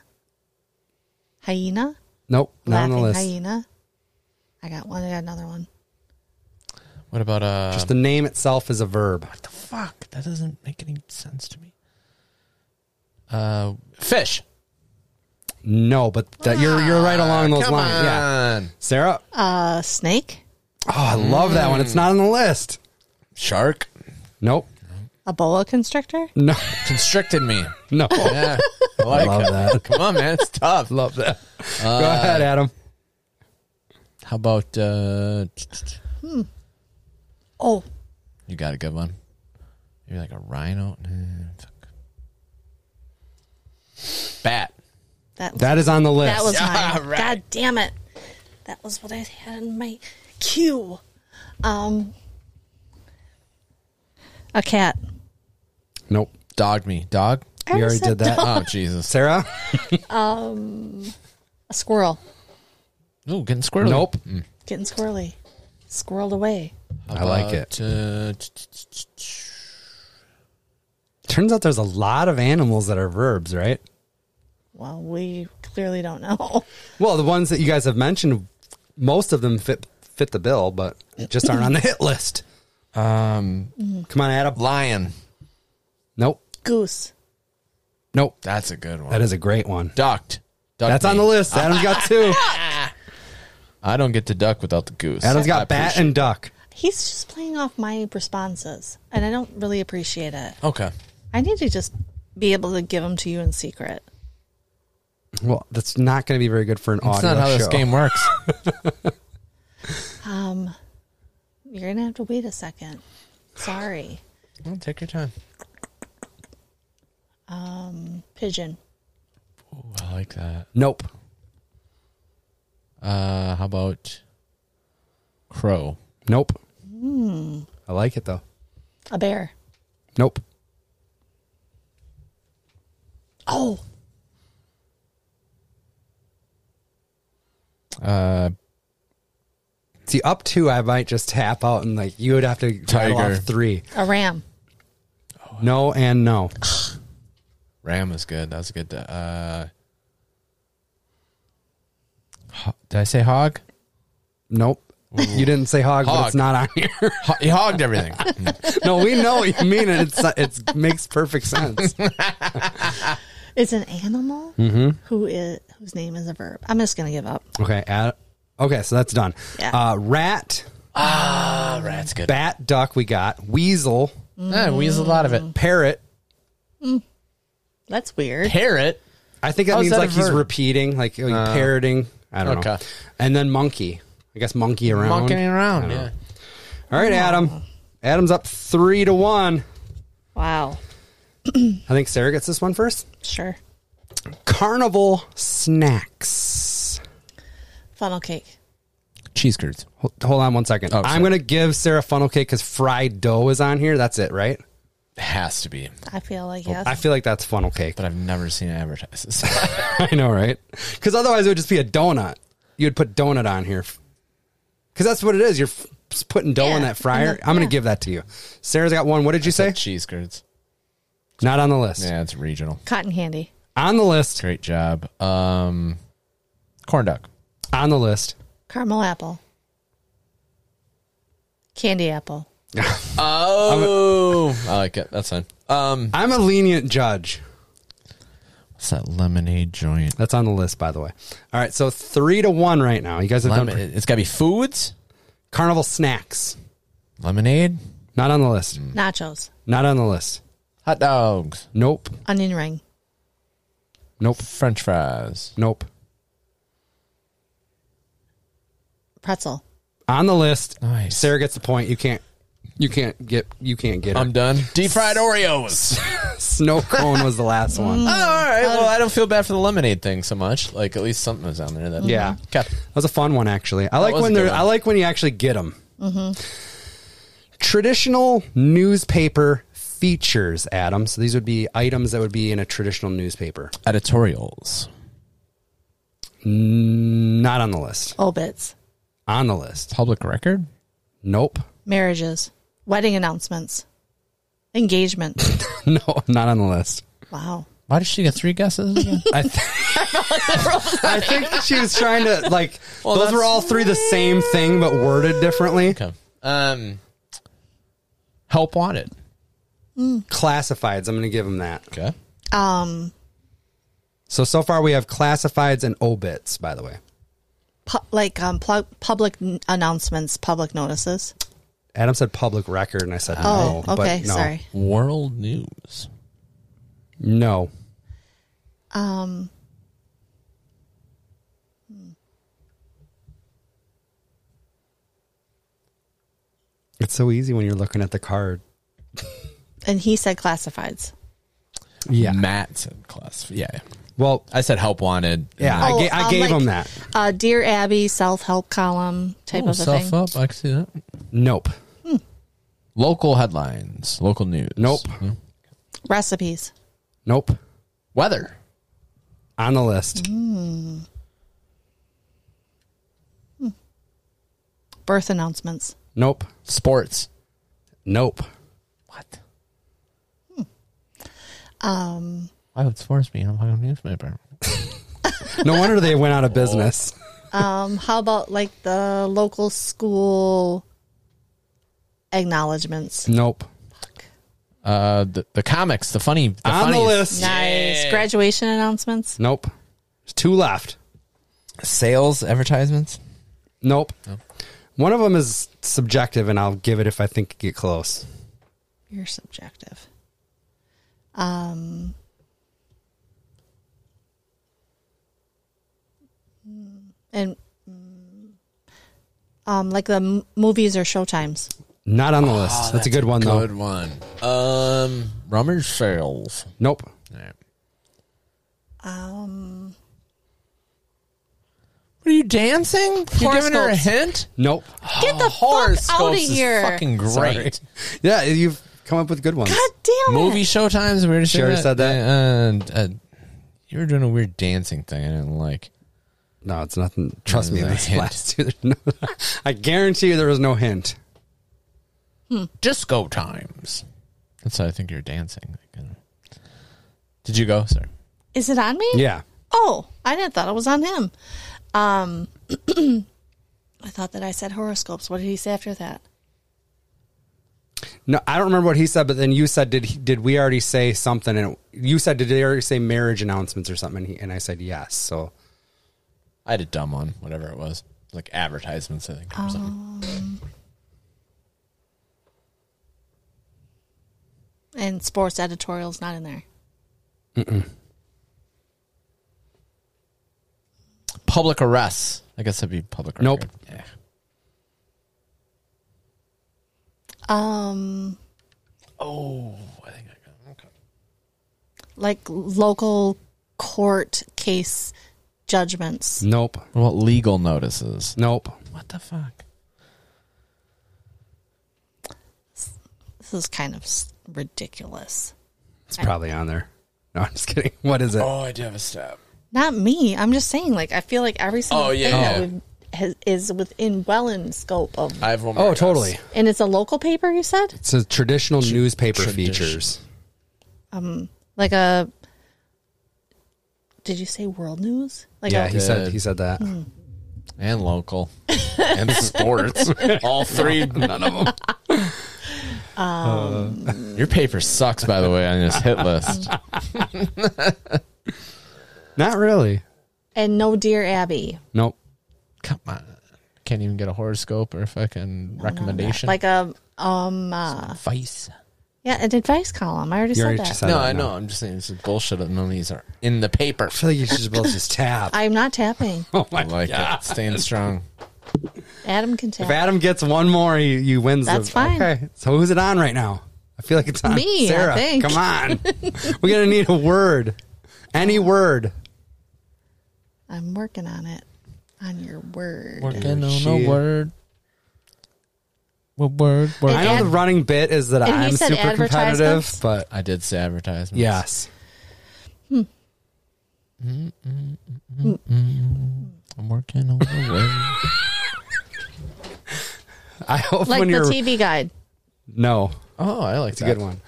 Speaker 3: Hyena.
Speaker 1: Nope, not on
Speaker 3: laughing
Speaker 1: the list.
Speaker 3: hyena. I got one. I got another one.
Speaker 2: What about uh?
Speaker 1: Just the name itself is a verb.
Speaker 2: what the fuck? That doesn't make any sense to me. Uh, fish.
Speaker 1: No, but that, you're you're right along those
Speaker 2: Come
Speaker 1: lines. Yeah,
Speaker 2: on.
Speaker 1: Sarah. Oh,
Speaker 3: Uh, snake.
Speaker 1: I love that one. It's not on the list.
Speaker 2: Shark
Speaker 1: Nope.
Speaker 3: A boa constrictor.
Speaker 1: No.
Speaker 2: constricted me.
Speaker 1: No.
Speaker 2: Yeah, I like
Speaker 1: Love
Speaker 2: it.
Speaker 1: that.
Speaker 2: Come on, man, it's tough.
Speaker 1: love that. Go ahead, Adam.
Speaker 2: How about uh? t- t- t-
Speaker 3: Oh,
Speaker 2: You got a good one. You're like a rhino. Nah, fuck. Bat.
Speaker 3: that was, that,
Speaker 1: That is on the list.
Speaker 3: was
Speaker 2: Yeah,
Speaker 3: mine.
Speaker 2: right.
Speaker 3: God damn it! That was what I had in my queue. Um, a cat.
Speaker 1: nope.
Speaker 2: Dog me. Dog.
Speaker 3: I
Speaker 1: We already
Speaker 3: said
Speaker 1: did that.
Speaker 3: dog.
Speaker 2: Oh Jesus.
Speaker 1: Sarah.
Speaker 3: A squirrel.
Speaker 2: Ooh, getting squirrely.
Speaker 1: Nope.
Speaker 3: Getting squirrely. Squirreled away.
Speaker 2: How
Speaker 1: I like
Speaker 2: about,
Speaker 1: it.
Speaker 2: uh, t- t- t- t-
Speaker 1: Turns out there's a lot of animals that are verbs, right?
Speaker 3: Well, we clearly don't know.
Speaker 1: Well, the ones that you guys have mentioned, most of them fit fit the bill, but just aren't on the hit list.
Speaker 2: um,
Speaker 1: Come on, Adam.
Speaker 2: lion.
Speaker 1: Nope.
Speaker 3: Goose.
Speaker 1: Nope.
Speaker 2: That's a good one.
Speaker 1: That is a great one.
Speaker 2: ducked. Ducked
Speaker 1: That's on
Speaker 2: me.
Speaker 1: the list. Adam's got two.
Speaker 2: I don't get to duck without the goose.
Speaker 1: Adam's
Speaker 2: I
Speaker 1: got bat and duck.
Speaker 3: He's just playing off my responses, and I don't really appreciate it.
Speaker 2: appreciate- Okay.
Speaker 3: I need to just be able to give them to you in secret.
Speaker 1: Well, that's not going to be very good for an
Speaker 2: That's
Speaker 1: audio
Speaker 2: not how
Speaker 1: show.
Speaker 2: this game works.
Speaker 3: Um, you're gonna have to wait a second. Sorry,
Speaker 2: Well, take your time.
Speaker 3: pigeon.
Speaker 2: Ooh, I like that.
Speaker 1: Nope.
Speaker 2: Uh, how about crow?
Speaker 1: Nope. I like it though.
Speaker 3: A bear.
Speaker 1: Nope.
Speaker 3: Oh,
Speaker 2: Uh,
Speaker 1: See, up two, I might just tap out and like you would have to rattle
Speaker 2: Tiger.
Speaker 1: off three.
Speaker 3: a ram.
Speaker 1: No and no.
Speaker 2: ram is good. That's good. Uh, ho- did I say hog?
Speaker 1: Nope. You didn't say hog, but
Speaker 2: Hog.
Speaker 1: it's not on here.
Speaker 2: Ho- he hogged everything. Mm.
Speaker 1: no, we know what you mean, and it's it makes perfect sense.
Speaker 3: It's an animal who is whose name is a verb. I'm just gonna give up.
Speaker 1: Okay, add, okay, so that's done.
Speaker 3: Yeah.
Speaker 1: Uh, rat,
Speaker 2: oh, rat's good.
Speaker 1: bat, duck. We got weasel,
Speaker 2: Yeah, we use a lot of
Speaker 1: Mm.
Speaker 2: it.
Speaker 1: parrot.
Speaker 3: That's weird.
Speaker 2: Parrot.
Speaker 1: I think that
Speaker 2: How is
Speaker 1: means
Speaker 2: that a
Speaker 1: like he's
Speaker 2: verb?
Speaker 1: repeating, like like parroting. I don't know.
Speaker 2: okay.
Speaker 1: And then monkey. I guess monkey around.
Speaker 2: Monkeying
Speaker 1: I
Speaker 2: around.
Speaker 1: don't
Speaker 2: Yeah.
Speaker 1: know. All right, Adam. Adam's up three to one.
Speaker 3: Wow.
Speaker 1: I think Sarah gets this one first.
Speaker 3: Sure.
Speaker 1: Carnival snacks.
Speaker 3: Funnel cake.
Speaker 2: Cheese curds.
Speaker 1: Hold, hold on one second.
Speaker 2: Oh, sorry.
Speaker 1: I'm going to give Sarah funnel cake because fried dough is on here. That's it, right?
Speaker 2: Has to be,
Speaker 3: I feel like yes.
Speaker 1: I feel like that's funnel cake.
Speaker 2: but I've never seen it advertised. as-
Speaker 1: I know, right? Because otherwise it would just be a donut. You'd put donut on here. Because that's what it is. You're f- just putting dough
Speaker 3: Yeah,
Speaker 1: in
Speaker 3: in
Speaker 1: that fryer.
Speaker 3: the-
Speaker 1: I'm going to
Speaker 3: yeah.
Speaker 1: give that to you. Sarah's got one. What did you say?
Speaker 2: cheese curds.
Speaker 1: Not on the list.
Speaker 2: Yeah, it's regional.
Speaker 3: Cotton candy.
Speaker 1: On the list.
Speaker 2: Great job. Um, corn dog.
Speaker 1: On the list.
Speaker 3: Caramel apple. Candy apple.
Speaker 2: Oh, I like it. That's fine. Um,
Speaker 1: I'm a lenient judge.
Speaker 2: what's that lemonade joint?
Speaker 1: That's on the list, by the way. All right, so three to one right now. You guys have
Speaker 2: Lemon,
Speaker 1: done
Speaker 2: it's got to be foods.
Speaker 1: carnival snacks.
Speaker 2: Lemonade,
Speaker 1: Not on the list.
Speaker 2: Mm.
Speaker 3: Nachos.
Speaker 1: Not on the list.
Speaker 2: hot dogs,
Speaker 1: Nope.
Speaker 3: Onion ring.
Speaker 1: Nope.
Speaker 2: French fries,
Speaker 1: Nope.
Speaker 3: Pretzel.
Speaker 1: On the list.
Speaker 2: Nice.
Speaker 1: Sarah gets the point. You can't You can't get. You can't get.
Speaker 2: I'm
Speaker 1: It.
Speaker 2: done. Deep fried Oreos.
Speaker 1: Snow cone was the last one.
Speaker 2: Oh, all right. Well, I don't feel bad for the lemonade thing so much. Like at least something was on there. That
Speaker 1: Yeah.
Speaker 2: Okay.
Speaker 1: That was a fun one, actually. I like
Speaker 2: was a
Speaker 1: when
Speaker 2: good
Speaker 1: they're.
Speaker 2: one.
Speaker 1: I like when you actually get them. Traditional newspaper features, Adam. So these would be items that would be in a traditional newspaper.
Speaker 2: Editorials.
Speaker 1: Not on the list.
Speaker 3: Obits,
Speaker 1: On the list.
Speaker 2: Public record.
Speaker 1: Nope.
Speaker 3: marriages, wedding announcements, engagement.
Speaker 1: No, not on the list.
Speaker 3: wow.
Speaker 2: Why did she get three guesses? again?
Speaker 1: I, th- I think she was trying to like.
Speaker 2: Well,
Speaker 1: those were
Speaker 2: that's-
Speaker 1: all three the same thing, but worded differently.
Speaker 2: okay. Um. Help wanted.
Speaker 1: Classifieds. I'm going to give them that.
Speaker 2: Okay.
Speaker 3: Um,
Speaker 1: So so far we have classifieds and obits. By the way,
Speaker 3: pu- like um, pl- public n- announcements, public notices.
Speaker 1: Adam said public record, and I said
Speaker 3: Oh,
Speaker 1: no.
Speaker 3: okay.
Speaker 1: but no.
Speaker 3: Sorry.
Speaker 2: World news.
Speaker 1: No.
Speaker 3: Um,
Speaker 1: It's so easy when you're looking at the card.
Speaker 3: and he said classifieds.
Speaker 1: Yeah.
Speaker 2: Matt said class. Yeah.
Speaker 1: Well,
Speaker 2: I said help wanted.
Speaker 1: yeah,
Speaker 3: Oh,
Speaker 1: I, ga- I
Speaker 3: um,
Speaker 1: gave
Speaker 3: like-
Speaker 1: him that.
Speaker 3: Uh, Dear Abby, self help column type
Speaker 2: Oh,
Speaker 3: of a thing.
Speaker 2: self up. I can see that.
Speaker 1: Nope.
Speaker 2: Local headlines. Local news.
Speaker 1: Nope.
Speaker 2: Yeah.
Speaker 3: Recipes.
Speaker 1: Nope.
Speaker 2: Weather.
Speaker 1: On the list.
Speaker 3: birth announcements.
Speaker 1: Nope.
Speaker 2: Sports.
Speaker 1: Nope.
Speaker 2: What?
Speaker 3: Um,
Speaker 2: Why would sports be in a fucking newspaper?
Speaker 1: No wonder they went out of business.
Speaker 3: um, how about like the local school acknowledgments?
Speaker 1: Nope.
Speaker 2: Uh, the, the comics, the funny, the
Speaker 1: On the
Speaker 2: funniest.
Speaker 1: list.
Speaker 3: Nice. Graduation announcements.
Speaker 1: Nope. There's two left.
Speaker 2: sales advertisements.
Speaker 1: Nope. One of them is subjective, and I'll give it if I think you get close.
Speaker 3: You're subjective. Um, and mm, um, like the m- movies or showtimes.
Speaker 1: Not on the list. Oh, That's, a good one, though.
Speaker 2: one. Um, rummage sales.
Speaker 1: Nope.
Speaker 3: Um,
Speaker 2: Are you dancing? You're giving her a
Speaker 3: Horoscopes.
Speaker 2: hint.
Speaker 1: Nope.
Speaker 3: get the
Speaker 2: Horoscopes
Speaker 3: fuck out of
Speaker 2: is
Speaker 3: here!
Speaker 2: Fucking great.
Speaker 1: Yeah, you've come up with good ones.
Speaker 3: God damn it!
Speaker 2: Movie showtimes. We already
Speaker 1: She already said that.
Speaker 2: And uh, you were doing a weird dancing thing. I didn't like.
Speaker 1: No, it's nothing. Trust me,
Speaker 2: There's no
Speaker 1: that's
Speaker 2: hint.
Speaker 1: last two. There's no, I guarantee you there was no hint.
Speaker 2: Disco times. That's how I think you're dancing. Like, I don't- Did you go? Sorry.
Speaker 3: Is it on me?
Speaker 1: Yeah.
Speaker 3: Oh, I didn't thought it was on him. Um, I thought that I said horoscopes. What did he say after that?
Speaker 1: No, I don't remember what he said, but then you said, "Did he, did we already say something?" And you said, "Did they already say marriage announcements or something?" And, he, and I said, "Yes." So
Speaker 2: I had a dumb one, whatever it was. Like advertisements, I think, or
Speaker 3: Uh-huh.
Speaker 2: something.
Speaker 3: And sports editorials not in there.
Speaker 2: Public arrests. I guess that'd be public.
Speaker 1: Nope.
Speaker 2: record. Yeah.
Speaker 3: Um,
Speaker 2: Oh, I think I got okay.
Speaker 3: like local court case judgments.
Speaker 1: nope,
Speaker 2: What about legal notices?
Speaker 1: nope,
Speaker 2: What the fuck?
Speaker 3: This is kind of s- ridiculous.
Speaker 1: it's probably on there. No, I'm just kidding. What is it?
Speaker 2: Oh, I do have a step.
Speaker 3: Not me. I'm just saying. Like I feel like every single
Speaker 2: Oh, yeah,
Speaker 3: thing
Speaker 2: yeah.
Speaker 3: that we've, has, is within well in scope of,
Speaker 2: I have one.
Speaker 1: Oh, totally.
Speaker 3: and it's a local paper. You said.
Speaker 1: It's a traditional newspaper
Speaker 2: tradition.
Speaker 1: features.
Speaker 3: like a did you say world news like
Speaker 1: Yeah,
Speaker 3: a, Hmm.
Speaker 1: he said
Speaker 2: Good.
Speaker 1: he said that.
Speaker 2: And local, and sports. All three. None of them. Your paper sucks, by the way, on this hit list.
Speaker 1: Not really.
Speaker 3: and no dear abby
Speaker 1: Nope.
Speaker 2: Come on, can't even get a horoscope or a fucking recommendation.
Speaker 3: like a um uh,
Speaker 2: vice.
Speaker 3: yeah an advice column i already
Speaker 1: You
Speaker 3: said
Speaker 1: already
Speaker 3: that
Speaker 1: just said
Speaker 2: No,
Speaker 1: that,
Speaker 2: I know. I'm just saying this is bullshit. That none of these are in the paper.
Speaker 1: I feel like you should both just tap.
Speaker 3: i'm not tapping
Speaker 1: oh my
Speaker 2: I like it. Staying strong.
Speaker 3: Adam can tell.
Speaker 1: If Adam gets one more, he, you wins. the-
Speaker 3: That's fine.
Speaker 1: Okay. So who's it on right now? I feel like it's on
Speaker 3: Me, I
Speaker 1: Sarah.
Speaker 3: think.
Speaker 1: Come on. We're gonna need a word. Any word.
Speaker 3: I'm working on it. On your word.
Speaker 2: Working
Speaker 1: Oh,
Speaker 2: on a
Speaker 1: shit.
Speaker 2: word. What word? word.
Speaker 1: I know
Speaker 3: Ad-
Speaker 1: the running bit is that
Speaker 3: And he
Speaker 1: I'm
Speaker 3: said
Speaker 1: super competitive,
Speaker 3: advertisements?
Speaker 1: but
Speaker 2: I did say advertisement.
Speaker 1: yes.
Speaker 2: I'm working on a word.
Speaker 1: I hope
Speaker 3: Like
Speaker 1: when
Speaker 3: the
Speaker 1: you're
Speaker 3: TV guide.
Speaker 1: no,
Speaker 2: Oh, I like
Speaker 1: it's a
Speaker 2: that.
Speaker 1: good one.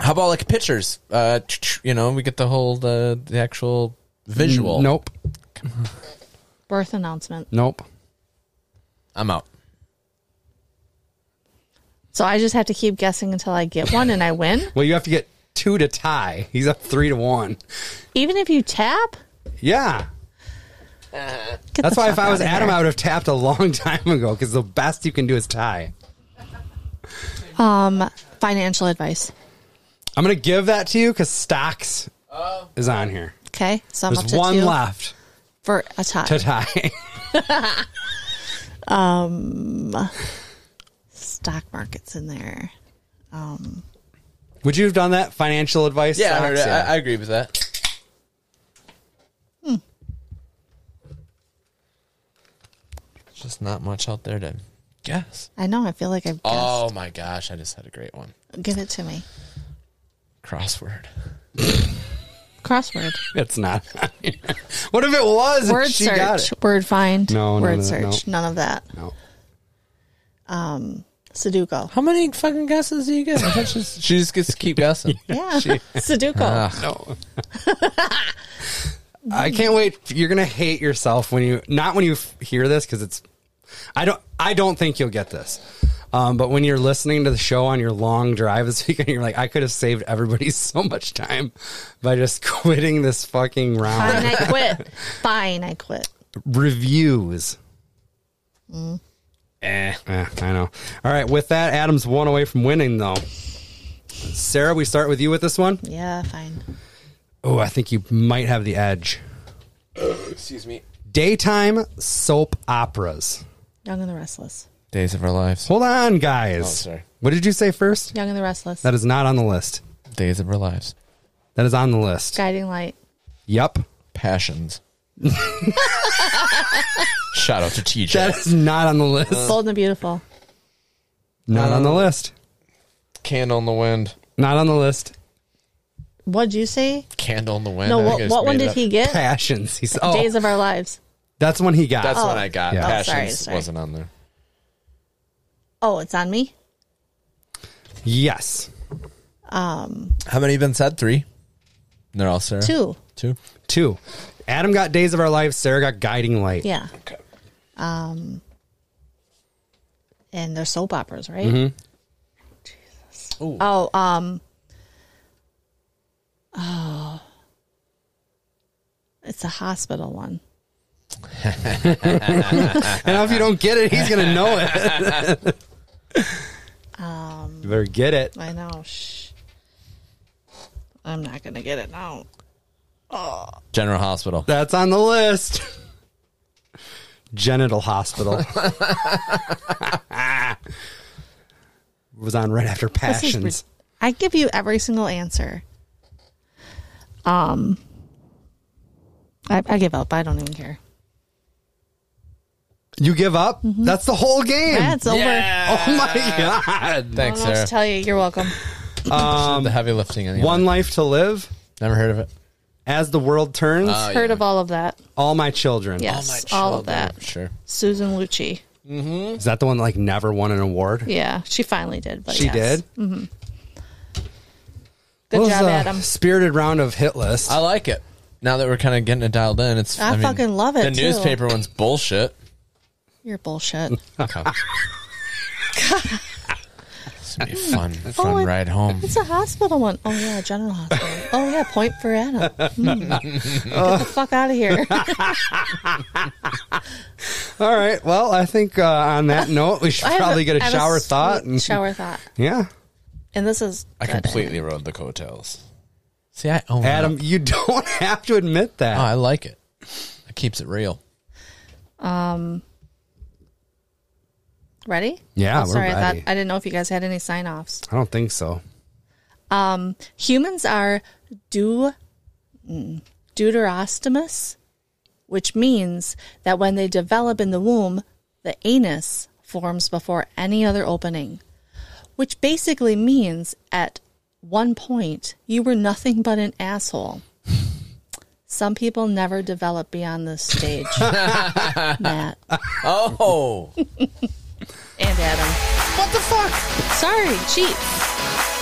Speaker 2: How about like pictures? Uh, you know, we get the whole the, the actual visual.
Speaker 1: Nope,
Speaker 3: Birth announcement.
Speaker 1: nope.
Speaker 2: I'm out.
Speaker 3: So I just have to keep guessing until I get one and I win.
Speaker 1: Well, you have to get two to tie. He's up three to one.
Speaker 3: Even if you tap,
Speaker 1: Yeah,
Speaker 3: get
Speaker 1: that's
Speaker 3: the
Speaker 1: why
Speaker 3: fuck
Speaker 1: if I was
Speaker 3: outta
Speaker 1: Adam,
Speaker 3: here.
Speaker 1: I would have tapped a long time ago because the best you can do is tie.
Speaker 3: Um, financial advice.
Speaker 1: I'm gonna give that to you because stocks
Speaker 2: Uh,
Speaker 1: is on here.
Speaker 3: Okay, so I'm up
Speaker 1: There's
Speaker 3: to
Speaker 1: one
Speaker 3: two
Speaker 1: left
Speaker 3: for a tie.
Speaker 1: to tie.
Speaker 3: Stock market's in there.
Speaker 1: Would you have done that? Financial advice?
Speaker 2: Yeah, I,
Speaker 1: stocks?
Speaker 2: heard it. I, I agree with that. Hmm. Just not much out there to guess.
Speaker 3: I know. I feel like I've guessed.
Speaker 2: Oh my gosh, I just had a great one.
Speaker 3: Give it to me.
Speaker 2: Crossword.
Speaker 3: Crossword.
Speaker 1: It's not. on here. what if it was?
Speaker 3: Word
Speaker 1: she got
Speaker 3: search.
Speaker 1: it.
Speaker 3: Word find.
Speaker 1: No, none of
Speaker 3: Word
Speaker 1: that,
Speaker 3: search. None of that.
Speaker 1: No.
Speaker 3: Sudoku.
Speaker 2: How many fucking guesses do you get? I thought she just- she just gets to keep guessing.
Speaker 3: Yeah. Sudoku.
Speaker 1: Ah. No. I can't wait. You're gonna hate yourself when you not when you f- hear this because it's. I don't. I don't think you'll get this. Um, but when you're listening to the show on your long drive this weekend, you're like, I could have saved everybody so much time by just quitting this fucking round.
Speaker 3: Fine, I quit. Fine, I quit.
Speaker 1: Reviews. Eh, eh, I know. All right. With that, Adam's one away from winning, though. Sarah, we start with you with this one.
Speaker 3: Yeah, fine.
Speaker 1: Oh, I think you might have the edge.
Speaker 2: Excuse me.
Speaker 1: daytime soap operas.
Speaker 3: Young and the Restless.
Speaker 2: Days of our lives.
Speaker 1: Hold on, guys.
Speaker 2: Oh, sorry.
Speaker 1: What did you say first?
Speaker 3: Young and the Restless.
Speaker 1: That is not on the list.
Speaker 2: Days of our lives.
Speaker 1: That is on the list.
Speaker 3: Guiding Light.
Speaker 1: Yep.
Speaker 2: Passions. Shout out to TJ.
Speaker 1: That is not on the list.
Speaker 2: Uh,
Speaker 3: Bold and the Beautiful.
Speaker 1: not on the list.
Speaker 2: Candle in the wind.
Speaker 1: Not on the list.
Speaker 3: What'd you say?
Speaker 2: Candle in the wind. I
Speaker 3: No,
Speaker 2: think I
Speaker 3: what,
Speaker 2: just
Speaker 3: what one
Speaker 2: made
Speaker 3: did
Speaker 2: it up.
Speaker 3: he get?
Speaker 1: Passions. He's oh,
Speaker 3: Days of Our Lives.
Speaker 1: that's one he got.
Speaker 2: That's
Speaker 3: Oh.
Speaker 2: what I got.
Speaker 1: Yeah. Oh,
Speaker 2: Passions
Speaker 3: sorry, sorry.
Speaker 2: wasn't on there.
Speaker 3: Oh, it's on me?
Speaker 1: yes.
Speaker 2: How many have been said? Three. They're all Sarah.
Speaker 3: Two.
Speaker 2: Two.
Speaker 1: Two. Adam got Days of Our Lives. Sarah got Guiding Light.
Speaker 3: Yeah. Um,
Speaker 2: Okay.
Speaker 3: And they're soap operas, right?
Speaker 2: Mm-hmm.
Speaker 3: Jesus. Oh, um. Oh. It's a hospital one.
Speaker 1: And if you don't get it, he's gonna know it. um, you better get it.
Speaker 3: I know. Shh. I'm not going to get it now.
Speaker 2: General Hospital.
Speaker 1: That's on the list. Genital Hospital. was on right after
Speaker 3: This is
Speaker 1: Passions.
Speaker 3: rid- I give you every single answer. Um, I, I give up. I don't even care.
Speaker 1: you give up?
Speaker 3: Mm-hmm.
Speaker 1: That's the whole game.
Speaker 3: Yeah, it's over.
Speaker 1: oh my god.
Speaker 3: I
Speaker 2: Thanks,
Speaker 3: don't know what
Speaker 2: Sarah.
Speaker 3: to tell you. You're welcome.
Speaker 2: the heavy lifting. Anyway.
Speaker 1: One life to live.
Speaker 2: Never heard of it.
Speaker 1: As the world turns,
Speaker 2: Oh,
Speaker 3: Heard
Speaker 2: yeah.
Speaker 3: of all of that?
Speaker 1: all my children.
Speaker 3: Yes, all, of that.
Speaker 2: Sure.
Speaker 3: Susan Lucci.
Speaker 1: Is that the one that like never won an award?
Speaker 3: Yeah, she finally did. But
Speaker 1: She
Speaker 3: yes.
Speaker 1: did.
Speaker 3: Good
Speaker 1: What was
Speaker 3: job,
Speaker 1: the
Speaker 3: Adam.
Speaker 1: Spirited round of hit list.
Speaker 2: I like it. Now that we're kind of getting it dialed in, it's.
Speaker 3: I
Speaker 2: mean,
Speaker 3: fucking love it,
Speaker 2: The
Speaker 3: too.
Speaker 2: newspaper one's bullshit.
Speaker 3: You're bullshit.
Speaker 2: It's gonna be a fun, fun
Speaker 3: Oh, I-
Speaker 2: ride home.
Speaker 3: It's a hospital one. Oh yeah, general hospital. Oh yeah, point for Adam. Hmm. Get the fuck out of here.
Speaker 1: All right. Well, I think uh, on that note, we should
Speaker 3: I have
Speaker 1: probably get a
Speaker 3: I have
Speaker 1: shower
Speaker 3: sweet
Speaker 1: thought. And,
Speaker 3: shower thought.
Speaker 1: Yeah.
Speaker 3: And this is
Speaker 2: I
Speaker 3: good.
Speaker 2: completely rode the coattails. See, I own Adam.
Speaker 1: Adam, you don't have to admit that.
Speaker 2: Oh, I like it. It keeps it real.
Speaker 3: Ready?
Speaker 1: Yeah,
Speaker 3: Oh,
Speaker 1: we're
Speaker 3: sorry, I
Speaker 1: ready.
Speaker 3: thought I didn't know if you guys had any sign offs.
Speaker 1: I don't think so.
Speaker 3: Humans are deu- mm, deuterostomous, which means that when they develop in the womb, the anus forms before any other opening, which basically means at one point you were nothing but an asshole. Some people never develop beyond this stage. Matt
Speaker 2: Oh,
Speaker 3: and Adam.
Speaker 1: What the fuck?
Speaker 3: Sorry, cheat.